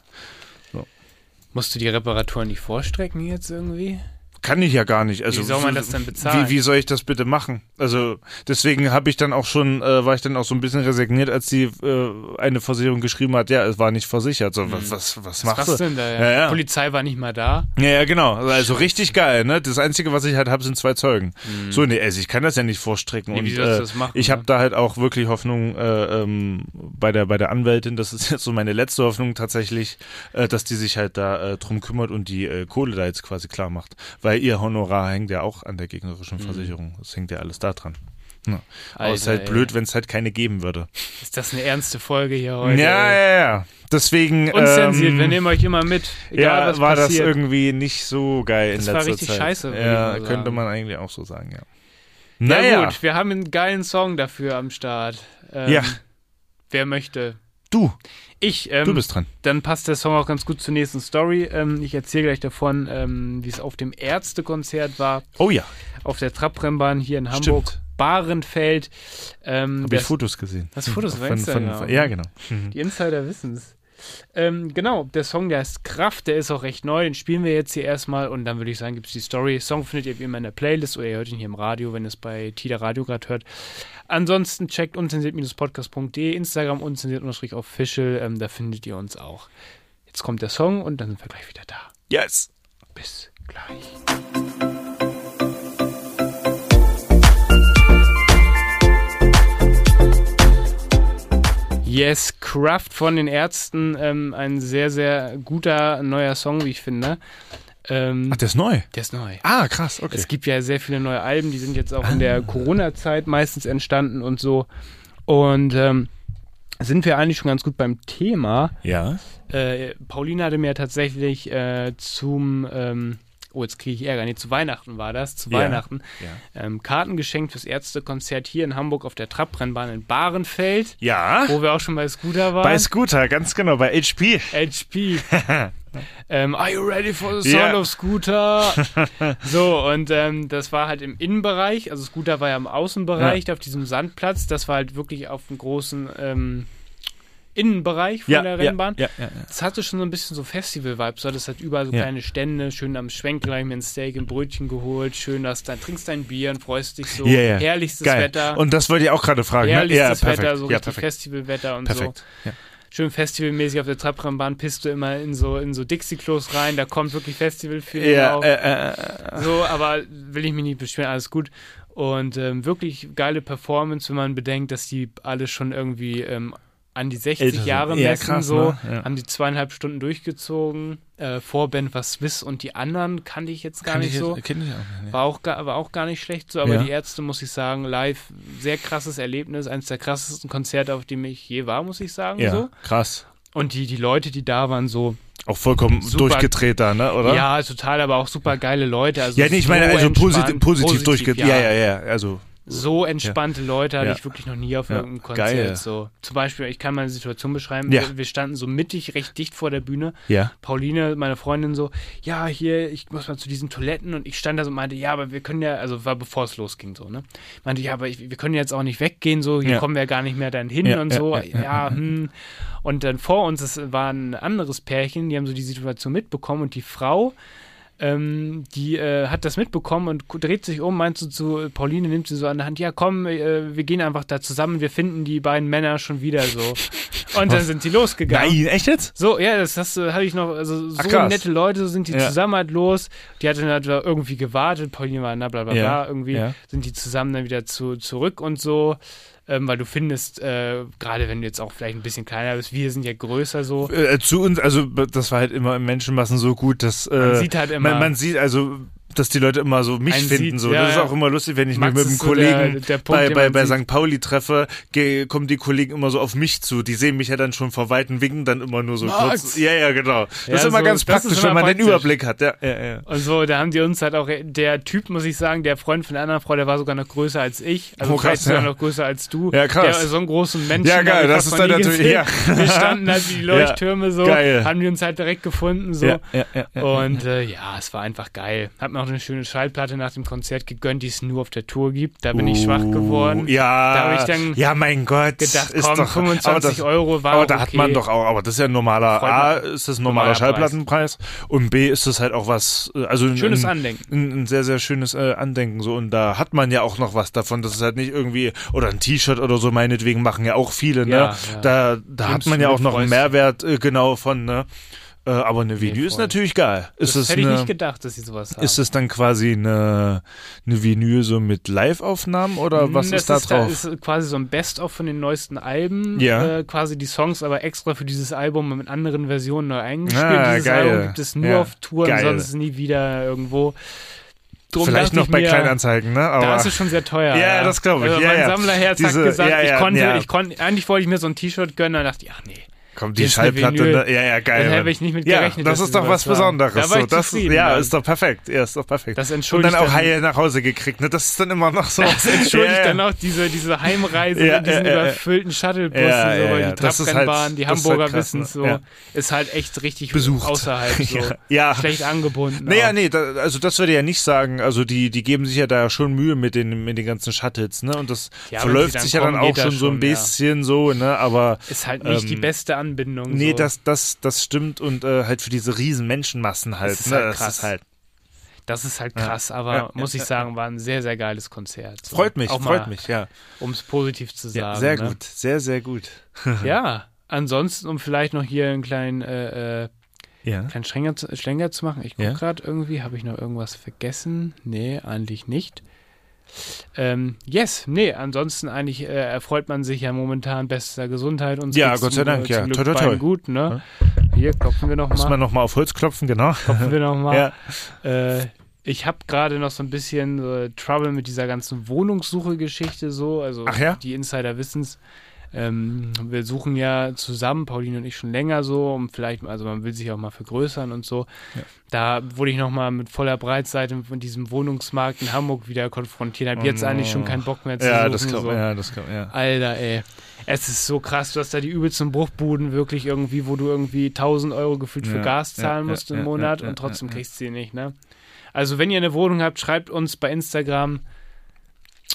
Speaker 3: Musst du die Reparaturen nicht vorstrecken jetzt irgendwie?
Speaker 2: Kann ich ja gar nicht. Also,
Speaker 3: Wie soll man das denn bezahlen?
Speaker 2: Wie, wie soll ich das bitte machen? Also deswegen habe ich dann auch schon, äh, war ich dann auch so ein bisschen resigniert, als die äh, eine Versicherung geschrieben hat, ja, es war nicht versichert. So, was, was, was
Speaker 3: Hm. Was
Speaker 2: machst
Speaker 3: machst du
Speaker 2: du?
Speaker 3: denn da?
Speaker 2: Ja, ja.
Speaker 3: Polizei war nicht mal da.
Speaker 2: Ja, ja, genau. Also richtig geil, ne? Das Einzige, was ich halt habe, sind zwei Zeugen. So, nee, also ich kann das ja nicht vorstrecken.
Speaker 3: Mhm. Nee, wie
Speaker 2: und,
Speaker 3: sollst
Speaker 2: äh,
Speaker 3: du das machen,
Speaker 2: ich habe
Speaker 3: ne?
Speaker 2: da halt auch wirklich Hoffnung äh, ähm, bei, der, bei der Anwältin, das ist jetzt so meine letzte Hoffnung tatsächlich, äh, dass die sich halt da äh, drum kümmert und die äh, Kohle da jetzt quasi klar macht. Weil ihr Honorar hängt ja auch an der gegnerischen Versicherung. Das hängt ja alles da dran. Ja. Aber es ist
Speaker 3: Mhm. Alter,
Speaker 2: halt
Speaker 3: ey.
Speaker 2: blöd, wenn es halt keine geben würde.
Speaker 3: Ist das eine ernste Folge hier heute?
Speaker 2: Ja,
Speaker 3: ey?
Speaker 2: ja, ja. Deswegen.
Speaker 3: Unzensiert,
Speaker 2: ähm,
Speaker 3: wir nehmen euch immer mit. Egal,
Speaker 2: ja,
Speaker 3: was
Speaker 2: war
Speaker 3: passiert.
Speaker 2: das irgendwie nicht so geil in
Speaker 3: Das war
Speaker 2: letzter
Speaker 3: richtig
Speaker 2: Zeit.
Speaker 3: scheiße, würde
Speaker 2: Ja,
Speaker 3: ich mal
Speaker 2: könnte
Speaker 3: sagen.
Speaker 2: man eigentlich auch so sagen, ja.
Speaker 3: Ja,
Speaker 2: Naja,
Speaker 3: gut, wir haben einen geilen Song dafür am Start. Ähm,
Speaker 2: Ja.
Speaker 3: Wer möchte?
Speaker 2: du,
Speaker 3: Ich, ähm,
Speaker 2: du bist dran.
Speaker 3: dann passt der Song auch ganz gut zur nächsten Story. Ähm, ich erzähle gleich davon, ähm, wie es auf dem Ärztekonzert war,
Speaker 2: Oh ja,
Speaker 3: auf der Trabrennbahn hier in Hamburg,
Speaker 2: Stimmt.
Speaker 3: Bahrenfeld. Ähm,
Speaker 2: habe ich
Speaker 3: das,
Speaker 2: Fotos gesehen.
Speaker 3: das Fotos
Speaker 2: Auf-
Speaker 3: bei Instagram.
Speaker 2: ja, genau.
Speaker 3: die Insider wissen es. Ähm, genau, der Song, der heißt Kraft, der ist auch recht neu, den spielen wir jetzt hier erstmal und dann würde ich sagen, gibt es die Story. Song findet ihr wie immer in der Playlist oder ihr hört ihn hier im Radio, wenn ihr es bei Tida Radio gerade hört. Ansonsten checkt unzensiert-podcast.de, Instagram unzensiert-official, ähm, da findet ihr uns auch. Jetzt kommt der Song und dann sind wir gleich wieder da.
Speaker 2: Yes.
Speaker 3: Bis gleich. Yes, Kraft von den Ärzten. Ähm, ein sehr, sehr guter neuer Song, wie ich finde. Ähm,
Speaker 2: Ach, der ist neu.
Speaker 3: der ist neu.
Speaker 2: Ah, krass, okay.
Speaker 3: Es gibt ja sehr viele neue Alben, die sind jetzt auch in der Corona-Zeit meistens entstanden und so. Und ähm, sind wir eigentlich schon ganz gut beim Thema
Speaker 2: ja.
Speaker 3: äh, Pauline hatte mir tatsächlich äh, zum, ähm, oh, jetzt kriege ich Ärger, nee, zu Weihnachten war das, zu
Speaker 2: Ja,
Speaker 3: Weihnachten, Ähm, Karten geschenkt fürs Ärztekonzert hier in Hamburg auf der Trabrennbahn in Bahrenfeld,
Speaker 2: Ja,
Speaker 3: wo wir auch schon bei Scooter waren.
Speaker 2: bei Scooter, ganz genau, bei HP.
Speaker 3: HP. ähm, Are you ready for the sound
Speaker 2: Ja.
Speaker 3: of Scooter? so, und ähm, das war halt im Innenbereich. Also Scooter war ja im Außenbereich, auf diesem Sandplatz. Das war halt wirklich auf dem großen ähm, Innenbereich von der Rennbahn.
Speaker 2: Ja, ja, ja.
Speaker 3: Das hatte schon so ein bisschen so Festival-Vibes. So, das hat überall so
Speaker 2: Ja.
Speaker 3: kleine Stände, schön am Schwenk gleich mir ein Steak, ein Brötchen geholt, schön das, dann trinkst dein Bier und freust dich so.
Speaker 2: Ja, ja.
Speaker 3: Herrlichstes
Speaker 2: Geil.
Speaker 3: Wetter.
Speaker 2: Und das wollte ich auch gerade fragen. Ne? Ja,
Speaker 3: herrlichstes
Speaker 2: perfekt.
Speaker 3: Wetter, so
Speaker 2: ja,
Speaker 3: richtig
Speaker 2: perfekt.
Speaker 3: Festivalwetter und
Speaker 2: perfekt.
Speaker 3: so.
Speaker 2: Ja.
Speaker 3: Schön festivalmäßig auf der Trabrennbahn pisst du immer in so, in so Dixie-Klos rein, da kommt wirklich Festival-Feeling
Speaker 2: Ja,
Speaker 3: auf.
Speaker 2: äh, äh, äh,
Speaker 3: So, aber will ich mich nicht beschweren, alles gut. Und ähm, wirklich geile Performance, wenn man bedenkt, dass die alle schon irgendwie ähm, an die 60
Speaker 2: Älter sind.
Speaker 3: Jahre messen,
Speaker 2: Ja, krass,
Speaker 3: so,
Speaker 2: ne? Ja.
Speaker 3: haben die zweieinhalb Stunden durchgezogen. Äh, Vorband war Swiss und die anderen kannte ich jetzt gar
Speaker 2: kann
Speaker 3: nicht
Speaker 2: ich,
Speaker 3: so.
Speaker 2: Kenn ich auch nicht. ne?
Speaker 3: War auch, gar, war auch gar nicht schlecht so, aber
Speaker 2: Ja.
Speaker 3: die Ärzte, muss ich sagen, live, sehr krasses Erlebnis, eines der krassesten Konzerte, auf dem ich je war, muss ich sagen.
Speaker 2: Ja,
Speaker 3: So.
Speaker 2: krass.
Speaker 3: Und die, die Leute, die da waren, so,
Speaker 2: Auch vollkommen
Speaker 3: Super.
Speaker 2: durchgedreht da, ne, oder?
Speaker 3: ja, total, aber auch super geile Leute. Also
Speaker 2: Ja, nee, ich
Speaker 3: so
Speaker 2: meine, also
Speaker 3: entspannt,
Speaker 2: positiv, positiv durchgeht. Ja, ja, ja. Also,
Speaker 3: So entspannte Leute hatte
Speaker 2: Ja.
Speaker 3: ich wirklich noch nie auf
Speaker 2: Ja.
Speaker 3: irgendeinem Konzert.
Speaker 2: Geil.
Speaker 3: So. Zum Beispiel, ich kann meine Situation beschreiben.
Speaker 2: Ja.
Speaker 3: Wir, wir standen so mittig, recht dicht vor der Bühne.
Speaker 2: ja.
Speaker 3: Pauline, meine Freundin, so, ja, hier, ich muss mal zu diesen Toiletten. Und ich stand da so und meinte, ja, aber wir können ja, also war bevor es losging, so, ne? Meinte, ja, aber ich, wir können jetzt auch nicht weggehen, so, hier
Speaker 2: Ja.
Speaker 3: kommen wir gar nicht mehr dann hin
Speaker 2: Ja,
Speaker 3: und
Speaker 2: ja,
Speaker 3: so.
Speaker 2: ja,
Speaker 3: Ja, hm. Und dann vor uns, es war ein anderes Pärchen, die haben so die Situation mitbekommen und die Frau ähm, die äh, hat das mitbekommen und gu- dreht sich um, meint so zu Pauline, nimmt sie so an der Hand, ja komm, äh, wir gehen einfach da zusammen, wir finden die beiden Männer schon wieder so. Und dann sind sie losgegangen.
Speaker 2: Nein, echt jetzt?
Speaker 3: So, ja, das, das äh, habe ich noch, also so
Speaker 2: Ah, krass.
Speaker 3: nette Leute, so sind die
Speaker 2: Ja.
Speaker 3: zusammen halt los. Die hatten halt irgendwie gewartet, Pauline war, na bla bla
Speaker 2: Ja,
Speaker 3: bla, irgendwie
Speaker 2: ja.
Speaker 3: sind die zusammen dann wieder zu, zurück und so. Ähm, weil du findest, äh, gerade wenn du jetzt auch vielleicht ein bisschen kleiner bist, wir sind ja größer so.
Speaker 2: Äh, zu uns, also b- das war halt immer im Menschenmassen so gut, dass äh,
Speaker 3: sieht halt immer-
Speaker 2: man, man sieht also, dass die Leute immer so mich
Speaker 3: Einen
Speaker 2: finden.
Speaker 3: sieht,
Speaker 2: so,
Speaker 3: ja,
Speaker 2: das ist
Speaker 3: ja.
Speaker 2: auch immer lustig, wenn ich
Speaker 3: Max
Speaker 2: mich mit einem
Speaker 3: ist so der-
Speaker 2: Kollegen
Speaker 3: der Punkt, den
Speaker 2: bei, bei,
Speaker 3: man
Speaker 2: bei
Speaker 3: sieht.
Speaker 2: St. Pauli treffe, ge- kommen die Kollegen immer so auf mich zu. Die sehen mich ja dann schon vor weitem, winken dann immer nur so
Speaker 3: Max!
Speaker 2: kurz. Ja, ja, genau. Das
Speaker 3: Ja,
Speaker 2: ist immer
Speaker 3: so,
Speaker 2: ganz
Speaker 3: das ist
Speaker 2: praktisch,
Speaker 3: immer
Speaker 2: wenn man den
Speaker 3: praktisch.
Speaker 2: Überblick hat. Ja, ja, ja.
Speaker 3: Und so, da haben die uns halt auch, der Typ, muss ich sagen, der Freund von der anderen Frau, der war sogar noch größer als ich. Also
Speaker 2: Oh, krass,
Speaker 3: krass, sogar
Speaker 2: ja.
Speaker 3: noch größer als du.
Speaker 2: Ja, krass.
Speaker 3: Der, so einen großen Menschen.
Speaker 2: Ja, geil,
Speaker 3: hab ich
Speaker 2: das
Speaker 3: fast
Speaker 2: ist
Speaker 3: noch
Speaker 2: dann
Speaker 3: nie
Speaker 2: natürlich-
Speaker 3: gesehen.
Speaker 2: ja.
Speaker 3: Wir standen halt wie die Leuchttürme so,
Speaker 2: geil.
Speaker 3: haben die uns halt direkt gefunden so.
Speaker 2: Ja, ja, ja, ja.
Speaker 3: Und äh, ja, es war einfach geil. Hab mir auch eine schöne Schallplatte nach dem Konzert gegönnt, die es nur auf der Tour gibt. Da bin ich schwach geworden.
Speaker 2: Oh, Ja,
Speaker 3: Da hab ich dann
Speaker 2: ja, mein Gott.
Speaker 3: gedacht,
Speaker 2: ist
Speaker 3: komm,
Speaker 2: doch,
Speaker 3: 25
Speaker 2: aber das,
Speaker 3: Euro war
Speaker 2: Aber
Speaker 3: auch
Speaker 2: da hat
Speaker 3: okay.
Speaker 2: man doch auch, aber das ist ja ein normaler,
Speaker 3: Freut
Speaker 2: A,
Speaker 3: man-
Speaker 2: ist das ein normaler,
Speaker 3: normaler
Speaker 2: Schallplattenpreis und B, ist das halt auch was, äh, also ein,
Speaker 3: Schönes
Speaker 2: ein,
Speaker 3: Andenken.
Speaker 2: Ein, ein sehr, sehr schönes äh, Andenken so und da hat man ja auch noch was davon, das ist halt nicht irgendwie, oder ein T-Shirt oder so meinetwegen machen ja auch viele, ne?
Speaker 3: Ja, ja.
Speaker 2: Da, da hat
Speaker 3: Nimmst
Speaker 2: man
Speaker 3: du
Speaker 2: ja
Speaker 3: mit,
Speaker 2: auch noch einen
Speaker 3: freust
Speaker 2: Mehrwert äh, genau von, ne? Äh, aber eine Video ist
Speaker 3: voll.
Speaker 2: natürlich geil. Ist
Speaker 3: das
Speaker 2: es
Speaker 3: hätte ich
Speaker 2: eine,
Speaker 3: nicht gedacht, dass sie sowas haben.
Speaker 2: ist es dann quasi eine, eine Vinyl so mit Live-Aufnahmen oder was
Speaker 3: Hm, Das
Speaker 2: ist da drauf?
Speaker 3: Ist quasi so ein Best-of von den neuesten Alben.
Speaker 2: Ja.
Speaker 3: Äh, quasi die Songs aber extra für dieses Album mit anderen Versionen neu eingespielt.
Speaker 2: Ah,
Speaker 3: dieses
Speaker 2: geil.
Speaker 3: Album gibt es nur
Speaker 2: Ja,
Speaker 3: auf Touren,
Speaker 2: geil.
Speaker 3: sonst nie wieder irgendwo. Drum
Speaker 2: Vielleicht
Speaker 3: dachte
Speaker 2: noch
Speaker 3: ich
Speaker 2: bei
Speaker 3: mir,
Speaker 2: Kleinanzeigen, ne? Aber
Speaker 3: Da ist es schon sehr teuer.
Speaker 2: Ja, das glaub ich.
Speaker 3: Also
Speaker 2: Ja,
Speaker 3: mein
Speaker 2: ja.
Speaker 3: Sammlerherz
Speaker 2: Diese-
Speaker 3: hat gesagt,
Speaker 2: ja, ja,
Speaker 3: ich konnte,
Speaker 2: ja.
Speaker 3: ich konnte, eigentlich wollte ich mir so ein T-Shirt gönnen, dann dachte ich, ach nee.
Speaker 2: Komm, die
Speaker 3: Jetzt
Speaker 2: Schallplatte,
Speaker 3: eine Vinyl.
Speaker 2: ne? ja, ja, geil.
Speaker 3: Da
Speaker 2: Mann.
Speaker 3: habe ich nicht mit
Speaker 2: Ja,
Speaker 3: gerechnet,
Speaker 2: das
Speaker 3: dass
Speaker 2: ist doch
Speaker 3: wir
Speaker 2: was
Speaker 3: das haben.
Speaker 2: Besonderes.
Speaker 3: Da war
Speaker 2: so,
Speaker 3: ich
Speaker 2: das,
Speaker 3: zufrieden,
Speaker 2: ja,
Speaker 3: dann.
Speaker 2: ist doch perfekt. Ja, ist doch perfekt.
Speaker 3: Das
Speaker 2: Und
Speaker 3: entschuldigt
Speaker 2: dann auch
Speaker 3: dann-
Speaker 2: heil nach Hause gekriegt, ne? Das ist dann immer noch so.
Speaker 3: Das entschuldigt
Speaker 2: ja, ja.
Speaker 3: dann auch diese, diese Heimreise
Speaker 2: Ja,
Speaker 3: in diesen
Speaker 2: ja, ja, ja.
Speaker 3: überfüllten Shuttlebussen,
Speaker 2: Ja,
Speaker 3: so,
Speaker 2: ja,
Speaker 3: weil
Speaker 2: ja.
Speaker 3: die
Speaker 2: Das ist halt-
Speaker 3: Trabrennbahn, die
Speaker 2: das ist halt
Speaker 3: Hamburger
Speaker 2: krass, ne?
Speaker 3: wissen so,
Speaker 2: Ja.
Speaker 3: ist halt echt richtig
Speaker 2: Besucht.
Speaker 3: außerhalb so.
Speaker 2: Ja.
Speaker 3: Schlecht angebunden.
Speaker 2: Naja,
Speaker 3: auch.
Speaker 2: nee, da, also das würde ich ja nicht sagen. Also die, die geben sich ja da schon Mühe mit den, mit den ganzen Shuttles, ne? Und das
Speaker 3: Ja, wenn sie
Speaker 2: verläuft
Speaker 3: dann
Speaker 2: sich ja dann
Speaker 3: kommen,
Speaker 2: auch
Speaker 3: geht das
Speaker 2: schon so ein
Speaker 3: schon, ja.
Speaker 2: bisschen so, ne? Aber
Speaker 3: Ist halt nicht die
Speaker 2: Ähm,
Speaker 3: beste Anbindung.
Speaker 2: nee,
Speaker 3: so.
Speaker 2: das, das, das stimmt und äh, halt für diese riesen Menschenmassen halt,
Speaker 3: Das ist
Speaker 2: ne?
Speaker 3: halt
Speaker 2: Das
Speaker 3: krass.
Speaker 2: ist halt.
Speaker 3: das ist halt krass, aber
Speaker 2: ja,
Speaker 3: muss
Speaker 2: ja,
Speaker 3: ich sagen, war ein sehr, sehr geiles Konzert. So.
Speaker 2: Freut mich,
Speaker 3: auch
Speaker 2: freut
Speaker 3: mal,
Speaker 2: mich, ja.
Speaker 3: Um es positiv zu sagen.
Speaker 2: ja sehr
Speaker 3: ne?
Speaker 2: gut, sehr, sehr gut.
Speaker 3: Ja, ansonsten, um vielleicht noch hier einen kleinen, äh, äh,
Speaker 2: Ja.
Speaker 3: kleinen Schlänger, zu, Schlänger zu machen. Ich gucke
Speaker 2: Ja.
Speaker 3: gerade irgendwie, habe ich noch irgendwas vergessen? Nee, eigentlich nicht. Ähm, yes, nee, ansonsten eigentlich äh, erfreut man sich ja momentan bester Gesundheit und so.
Speaker 2: Ja, Gott sei Dank, ja. Toi, toi, toi.
Speaker 3: Gut, ne? Hier klopfen wir
Speaker 2: Muss man
Speaker 3: nochmal.
Speaker 2: nochmal auf Holz klopfen, genau.
Speaker 3: Klopfen wir nochmal.
Speaker 2: Ja.
Speaker 3: Äh, ich habe gerade noch so ein bisschen äh, Trouble mit dieser ganzen Wohnungssuche-Geschichte so. Also
Speaker 2: Ach ja?
Speaker 3: die Insider wissen's. Ähm, wir suchen ja zusammen, Pauline und ich schon länger so, um vielleicht, also man will sich auch mal vergrößern und so. Da wurde ich nochmal mit voller Breitseite von diesem Wohnungsmarkt in Hamburg wieder konfrontiert. Hab jetzt eigentlich schon keinen Bock mehr zu
Speaker 2: Oh Ja,
Speaker 3: suchen.
Speaker 2: das kommt,
Speaker 3: so.
Speaker 2: ja, das kommt, ja.
Speaker 3: Alter, ey. Es ist so krass, du hast da die übelsten Bruchbuden wirklich irgendwie, wo du irgendwie 1000 Euro gefühlt
Speaker 2: Ja,
Speaker 3: für Gas
Speaker 2: ja,
Speaker 3: zahlen
Speaker 2: ja,
Speaker 3: musst
Speaker 2: ja,
Speaker 3: im Monat
Speaker 2: ja, ja,
Speaker 3: und trotzdem kriegst du sie nicht, ne? Also, wenn ihr eine Wohnung habt, schreibt uns bei Instagram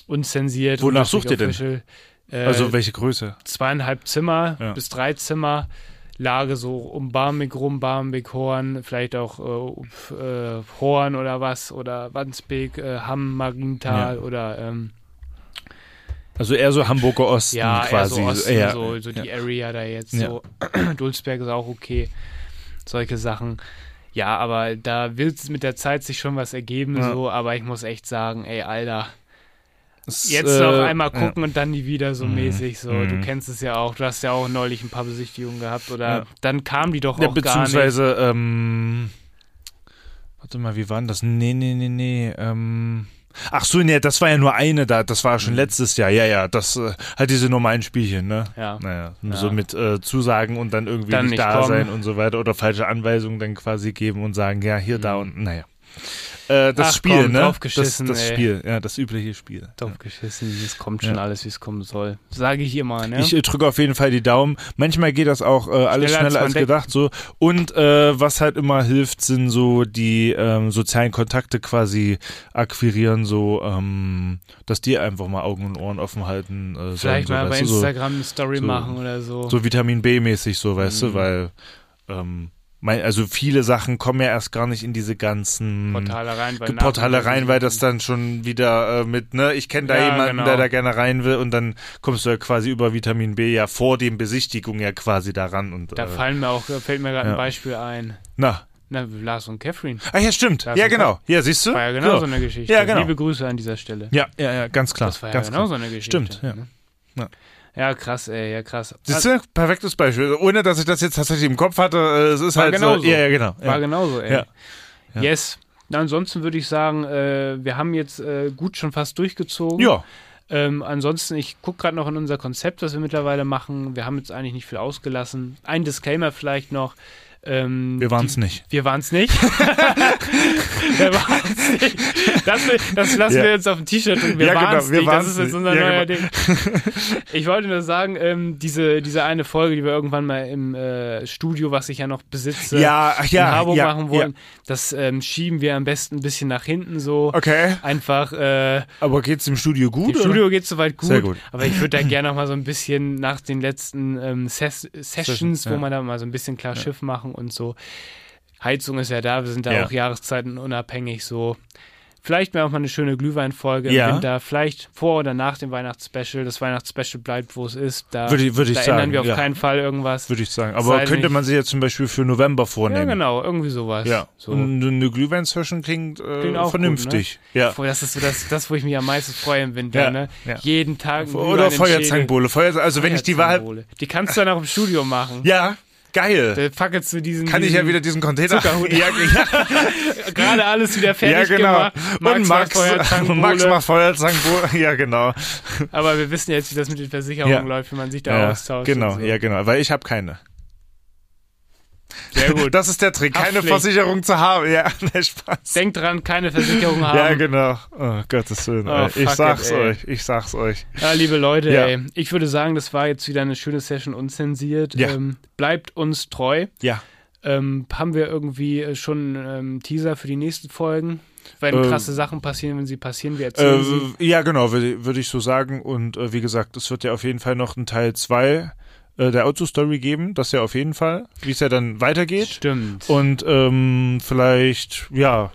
Speaker 3: unzensiert.
Speaker 2: Wonach
Speaker 3: unterstrich
Speaker 2: sucht ihr denn?
Speaker 3: official. Äh,
Speaker 2: Also welche Größe?
Speaker 3: zweieinhalb Zimmer
Speaker 2: Ja.
Speaker 3: bis drei Zimmer. Lage so um Barmbek rum, Barmbek, Horn, vielleicht auch äh, auf, äh, Horn oder was oder Wandsbek, äh, Hamm, Marienthal
Speaker 2: Ja.
Speaker 3: oder ähm,
Speaker 2: Also eher so Hamburger Osten
Speaker 3: ja,
Speaker 2: quasi.
Speaker 3: Eher so, Osten,
Speaker 2: eher,
Speaker 3: so, so die Area da jetzt.
Speaker 2: Ja.
Speaker 3: So. Dulsberg ist auch okay. Solche Sachen. Ja, aber da wird es mit der Zeit sich schon was ergeben,
Speaker 2: Ja.
Speaker 3: so, aber ich muss echt sagen, ey, Alter,
Speaker 2: Das,
Speaker 3: jetzt noch
Speaker 2: äh,
Speaker 3: einmal
Speaker 2: ja.
Speaker 3: gucken und dann nie wieder so mäßig, so, du
Speaker 2: Mhm.
Speaker 3: kennst es ja auch, du hast ja auch neulich ein paar Besichtigungen gehabt, oder,
Speaker 2: Ja.
Speaker 3: dann kam die doch
Speaker 2: Ja,
Speaker 3: auch gar nicht.
Speaker 2: beziehungsweise, ähm, warte mal, wie war denn das? Nee, nee, nee, nee, ähm. Ach so, nee, das war ja nur eine da, das war schon letztes Jahr, ja, ja, das äh, halt diese normalen Spielchen, ne?
Speaker 3: Ja.
Speaker 2: Naja,
Speaker 3: Ja.
Speaker 2: so mit äh, Zusagen und dann irgendwie
Speaker 3: Dann
Speaker 2: nicht,
Speaker 3: nicht
Speaker 2: da
Speaker 3: kommen.
Speaker 2: sein und so weiter oder falsche Anweisungen dann quasi geben und sagen, ja, hier, da und, naja. Äh, das
Speaker 3: Mhm. Ach,
Speaker 2: Spiel,
Speaker 3: komm,
Speaker 2: ne? Das,
Speaker 3: draufgeschissen,
Speaker 2: das
Speaker 3: ey.
Speaker 2: Spiel, ja, das übliche Spiel.
Speaker 3: Doch geschissen, es kommt schon
Speaker 2: Ja.
Speaker 3: alles, wie es kommen soll. Sage ich immer, ne?
Speaker 2: Ich äh, drücke auf jeden Fall die Daumen. Manchmal geht das auch äh, alles schneller,
Speaker 3: Schneller, als man
Speaker 2: als
Speaker 3: denkt.
Speaker 2: gedacht so. Und äh, was halt immer hilft, sind so die ähm, sozialen Kontakte quasi akquirieren, so ähm, dass die einfach mal Augen und Ohren offen halten. Äh, sollen,
Speaker 3: Vielleicht
Speaker 2: so,
Speaker 3: mal bei
Speaker 2: weißt du, so,
Speaker 3: Instagram eine Story
Speaker 2: so-
Speaker 3: machen oder so. Mhm.
Speaker 2: so Vitamin B mäßig, so weißt du, weil ähm, mein, also viele Sachen kommen ja erst gar nicht in diese ganzen
Speaker 3: Portale ne? rein, weil
Speaker 2: Portale
Speaker 3: Nachrichten-
Speaker 2: rein, weil das dann schon wieder äh, mit, ne, ich kenne da
Speaker 3: Ja,
Speaker 2: jemanden,
Speaker 3: genau.
Speaker 2: der da gerne rein will und dann kommst du ja quasi über Vitamin B ja vor dem Besichtigung ja quasi daran und
Speaker 3: Da
Speaker 2: äh,
Speaker 3: fallen mir auch, fällt mir gerade
Speaker 2: ja.
Speaker 3: ein Beispiel ein.
Speaker 2: na,
Speaker 3: Na, Lars und Catherine.
Speaker 2: ah ja stimmt,
Speaker 3: Da
Speaker 2: ja
Speaker 3: sind
Speaker 2: genau, ja siehst du,
Speaker 3: War ja genau so
Speaker 2: Ja.
Speaker 3: eine Geschichte.
Speaker 2: Ja, genau.
Speaker 3: Liebe Grüße an dieser Stelle.
Speaker 2: ja, ja, ja, ganz klar,
Speaker 3: Das war ja
Speaker 2: ganz
Speaker 3: genau
Speaker 2: klar.
Speaker 3: so eine Geschichte.
Speaker 2: Stimmt, ja.
Speaker 3: ne?
Speaker 2: Ja.
Speaker 3: Ja, krass, ey, ja, krass. Ah,
Speaker 2: Siehst du, perfektes Beispiel, ohne dass ich das jetzt tatsächlich im Kopf hatte, äh, es ist
Speaker 3: War
Speaker 2: halt
Speaker 3: genau
Speaker 2: so,
Speaker 3: so.
Speaker 2: ja, ja, genau,
Speaker 3: War
Speaker 2: ja.
Speaker 3: genauso, ey.
Speaker 2: Ja. Ja.
Speaker 3: Yes. Na, ansonsten würde ich sagen, äh, wir haben jetzt äh, gut schon fast durchgezogen.
Speaker 2: ja,
Speaker 3: Ähm, ansonsten, ich gucke gerade noch in unser Konzept, was wir mittlerweile machen. Wir haben jetzt eigentlich nicht viel ausgelassen. Ein Disclaimer vielleicht noch. Ähm,
Speaker 2: wir waren es nicht.
Speaker 3: die- Wir waren es nicht. wir waren es nicht. Das, will- das lassen
Speaker 2: Ja.
Speaker 3: wir jetzt auf dem T-Shirt drücken. Wir
Speaker 2: Ja, genau,
Speaker 3: waren es
Speaker 2: wir
Speaker 3: nicht.
Speaker 2: waren's
Speaker 3: Das ist jetzt unser
Speaker 2: nicht. Ja, genau.
Speaker 3: neuer Ding. Ich wollte nur sagen, ähm, diese, diese eine Folge, die wir irgendwann mal im äh, Studio, was ich ja noch besitze,
Speaker 2: Ja, ach ja,
Speaker 3: in Harburg
Speaker 2: ja,
Speaker 3: machen
Speaker 2: ja.
Speaker 3: wollen, das ähm, schieben wir am besten ein bisschen nach hinten so.
Speaker 2: Okay,
Speaker 3: Einfach, äh,
Speaker 2: aber geht's im Studio gut?
Speaker 3: im Studio geht es soweit gut,
Speaker 2: Sehr gut.
Speaker 3: aber ich würde da gerne noch mal so ein bisschen nach den letzten ähm, Ses Sessions, wo
Speaker 2: ja.
Speaker 3: man da mal so ein bisschen klar Schiff machen und so. Heizung ist ja da, wir sind da
Speaker 2: Ja.
Speaker 3: auch Jahreszeiten unabhängig so. Vielleicht wäre auch mal eine schöne Glühweinfolge
Speaker 2: Ja.
Speaker 3: im Winter, vielleicht vor oder nach dem Weihnachtsspecial. Das Weihnachtsspecial bleibt, wo es ist. Da,
Speaker 2: Würde ich- würde ich
Speaker 3: da
Speaker 2: sagen,
Speaker 3: ändern wir auf
Speaker 2: ja.
Speaker 3: keinen Fall irgendwas.
Speaker 2: Würde ich sagen,
Speaker 3: Weiß
Speaker 2: aber könnte
Speaker 3: nicht.
Speaker 2: man sich jetzt zum Beispiel für November
Speaker 3: ja,
Speaker 2: vornehmen.
Speaker 3: genau, irgendwie sowas.
Speaker 2: Ja,
Speaker 3: So.
Speaker 2: und eine Glühwein-Session klingt, äh,
Speaker 3: Klingt auch gut, ne?
Speaker 2: vernünftig. Ja.
Speaker 3: Obwohl, Das ist so das, das, wo ich mich am meisten freue im Winter.
Speaker 2: Ja,
Speaker 3: Ne?
Speaker 2: ja.
Speaker 3: Jeden Tag ein Glühwein
Speaker 2: Oder
Speaker 3: in Schädel.
Speaker 2: Feuerzangenbowle. Feuer, also wenn ich die Wahl...
Speaker 3: Feuerzeugbohle. Die kannst du dann auch im Studio machen.
Speaker 2: Ja, geil.
Speaker 3: Da fackelst du diesen.
Speaker 2: Kann ich
Speaker 3: diesen,
Speaker 2: ja wieder diesen Container...
Speaker 3: Zuckerhut.
Speaker 2: Ja, ja,
Speaker 3: Gerade alles wieder
Speaker 2: ja,
Speaker 3: fertig
Speaker 2: genau.
Speaker 3: gemacht. Max
Speaker 2: und
Speaker 3: macht
Speaker 2: Max,
Speaker 3: Feuerzangenbowle.
Speaker 2: Max macht Feuerzangenbowle. Ja, genau.
Speaker 3: Aber wir wissen jetzt, wie das mit den Versicherungen
Speaker 2: Ja.
Speaker 3: läuft, wie man sich da
Speaker 2: Ja,
Speaker 3: austauscht.
Speaker 2: genau,
Speaker 3: und so.
Speaker 2: ja, genau. Weil ich habe keine.
Speaker 3: Sehr gut.
Speaker 2: Das ist der Trick, keine
Speaker 3: Haftpflicht.
Speaker 2: Versicherung zu haben. Ja, der Spaß.
Speaker 3: Denkt dran, keine Versicherung haben.
Speaker 2: Ja, genau. Oh, Gottes Willen.
Speaker 3: Ähm, Oh,
Speaker 2: ey. ich
Speaker 3: fuck
Speaker 2: sag's
Speaker 3: it, ey.
Speaker 2: euch. Ich sag's euch.
Speaker 3: Ja, liebe Leute,
Speaker 2: Ja.
Speaker 3: ey, ich würde sagen, das war jetzt wieder eine schöne Session unzensiert.
Speaker 2: Ja.
Speaker 3: Ähm, bleibt uns treu.
Speaker 2: Ja.
Speaker 3: Ähm, haben wir irgendwie äh, schon ähm, Teaser für die nächsten Folgen? Werden
Speaker 2: Ähm,
Speaker 3: krasse Sachen passieren, wenn sie passieren, wir erzählen sie.
Speaker 2: Äh, ja, genau, würde würd ich so sagen. Und äh, wie gesagt, es wird ja auf jeden Fall noch einen Teil 2 äh, der Auto-Story geben. Das ja auf jeden Fall, wie es ja dann weitergeht.
Speaker 3: Stimmt.
Speaker 2: Und ähm, vielleicht, ja,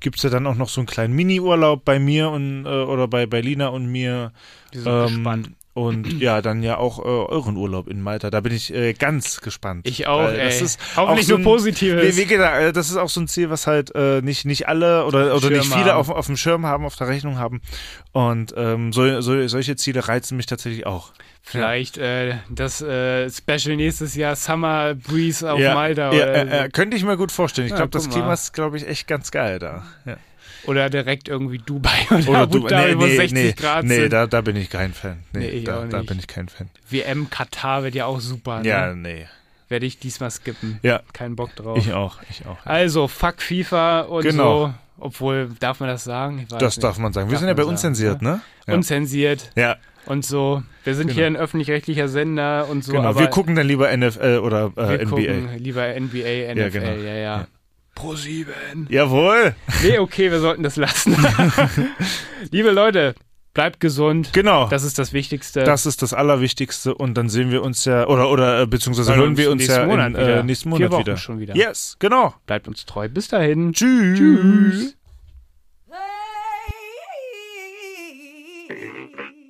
Speaker 2: gibt's ja dann auch noch so einen kleinen Mini-Urlaub bei mir und äh, oder bei, bei Lina und mir.
Speaker 3: wir sind
Speaker 2: Ähm,
Speaker 3: gespannt.
Speaker 2: Und ja, dann ja auch äh, euren Urlaub in Malta. Da bin ich äh, ganz gespannt.
Speaker 3: Ich auch,
Speaker 2: Weil
Speaker 3: ey.
Speaker 2: Das ist
Speaker 3: Hoffentlich
Speaker 2: auch so
Speaker 3: nur
Speaker 2: ein-
Speaker 3: Positives.
Speaker 2: Nee, wie gesagt, äh, das ist auch so ein Ziel, was halt äh, nicht, nicht alle oder, oder
Speaker 3: Schirm
Speaker 2: nicht viele
Speaker 3: haben.
Speaker 2: auf, auf dem Schirm haben, auf der Rechnung haben. Und ähm, so, so, solche Ziele reizen mich tatsächlich auch.
Speaker 3: Vielleicht äh, das äh, Special nächstes Jahr, Summer Breeze auf
Speaker 2: ja, Ja,
Speaker 3: Malta oder,
Speaker 2: äh, äh, könnte ich mir gut vorstellen. Ich
Speaker 3: Ja,
Speaker 2: glaube, das
Speaker 3: guck
Speaker 2: Klima
Speaker 3: mal.
Speaker 2: ist, glaube ich, echt ganz geil da. Ja.
Speaker 3: oder direkt irgendwie Dubai oder, Abu
Speaker 2: du-
Speaker 3: Dhabi, wo 60
Speaker 2: nee,
Speaker 3: Grad
Speaker 2: nee
Speaker 3: sind.
Speaker 2: da, da bin ich kein Fan. Nee,
Speaker 3: Nee, ich
Speaker 2: da,
Speaker 3: auch
Speaker 2: da
Speaker 3: nicht.
Speaker 2: bin ich kein Fan.
Speaker 3: WM Katar wird ja auch super.
Speaker 2: Ja,
Speaker 3: Ne?
Speaker 2: nee.
Speaker 3: Werde ich diesmal skippen.
Speaker 2: Ja,
Speaker 3: Kein Bock drauf.
Speaker 2: ich auch, ich auch.
Speaker 3: Also, fuck FIFA und
Speaker 2: Genau.
Speaker 3: so. Obwohl, darf man das sagen? Ich weiß
Speaker 2: Das
Speaker 3: nicht.
Speaker 2: darf man sagen. Wir
Speaker 3: Darf
Speaker 2: sind ja bei
Speaker 3: man sagen,
Speaker 2: unzensiert, ne? Ja.
Speaker 3: Unzensiert
Speaker 2: ja,
Speaker 3: und so. Wir sind
Speaker 2: Genau.
Speaker 3: hier ein öffentlich-rechtlicher Sender und so.
Speaker 2: genau.
Speaker 3: aber
Speaker 2: Wir gucken dann lieber NFL oder äh,
Speaker 3: wir
Speaker 2: NBA.
Speaker 3: gucken lieber NBA, NFL. Ja,
Speaker 2: genau.
Speaker 3: ja, ja. Pro 7.
Speaker 2: Jawohl.
Speaker 3: Nee, Eh, okay, wir sollten das lassen. Liebe Leute, bleibt gesund.
Speaker 2: Genau.
Speaker 3: Das ist das Wichtigste.
Speaker 2: Das ist das Allerwichtigste und dann sehen wir uns ja, oder, oder äh, beziehungsweise
Speaker 3: Hören
Speaker 2: hören
Speaker 3: uns
Speaker 2: wir uns
Speaker 3: nächsten
Speaker 2: ja
Speaker 3: Monat
Speaker 2: in, äh,
Speaker 3: wieder.
Speaker 2: nächsten
Speaker 3: Vier
Speaker 2: Monat
Speaker 3: Wochen
Speaker 2: wieder.
Speaker 3: schon wieder.
Speaker 2: Yes, genau.
Speaker 3: bleibt uns treu. Bis dahin.
Speaker 2: Tschüss.
Speaker 3: Tschüss.
Speaker 5: Hey.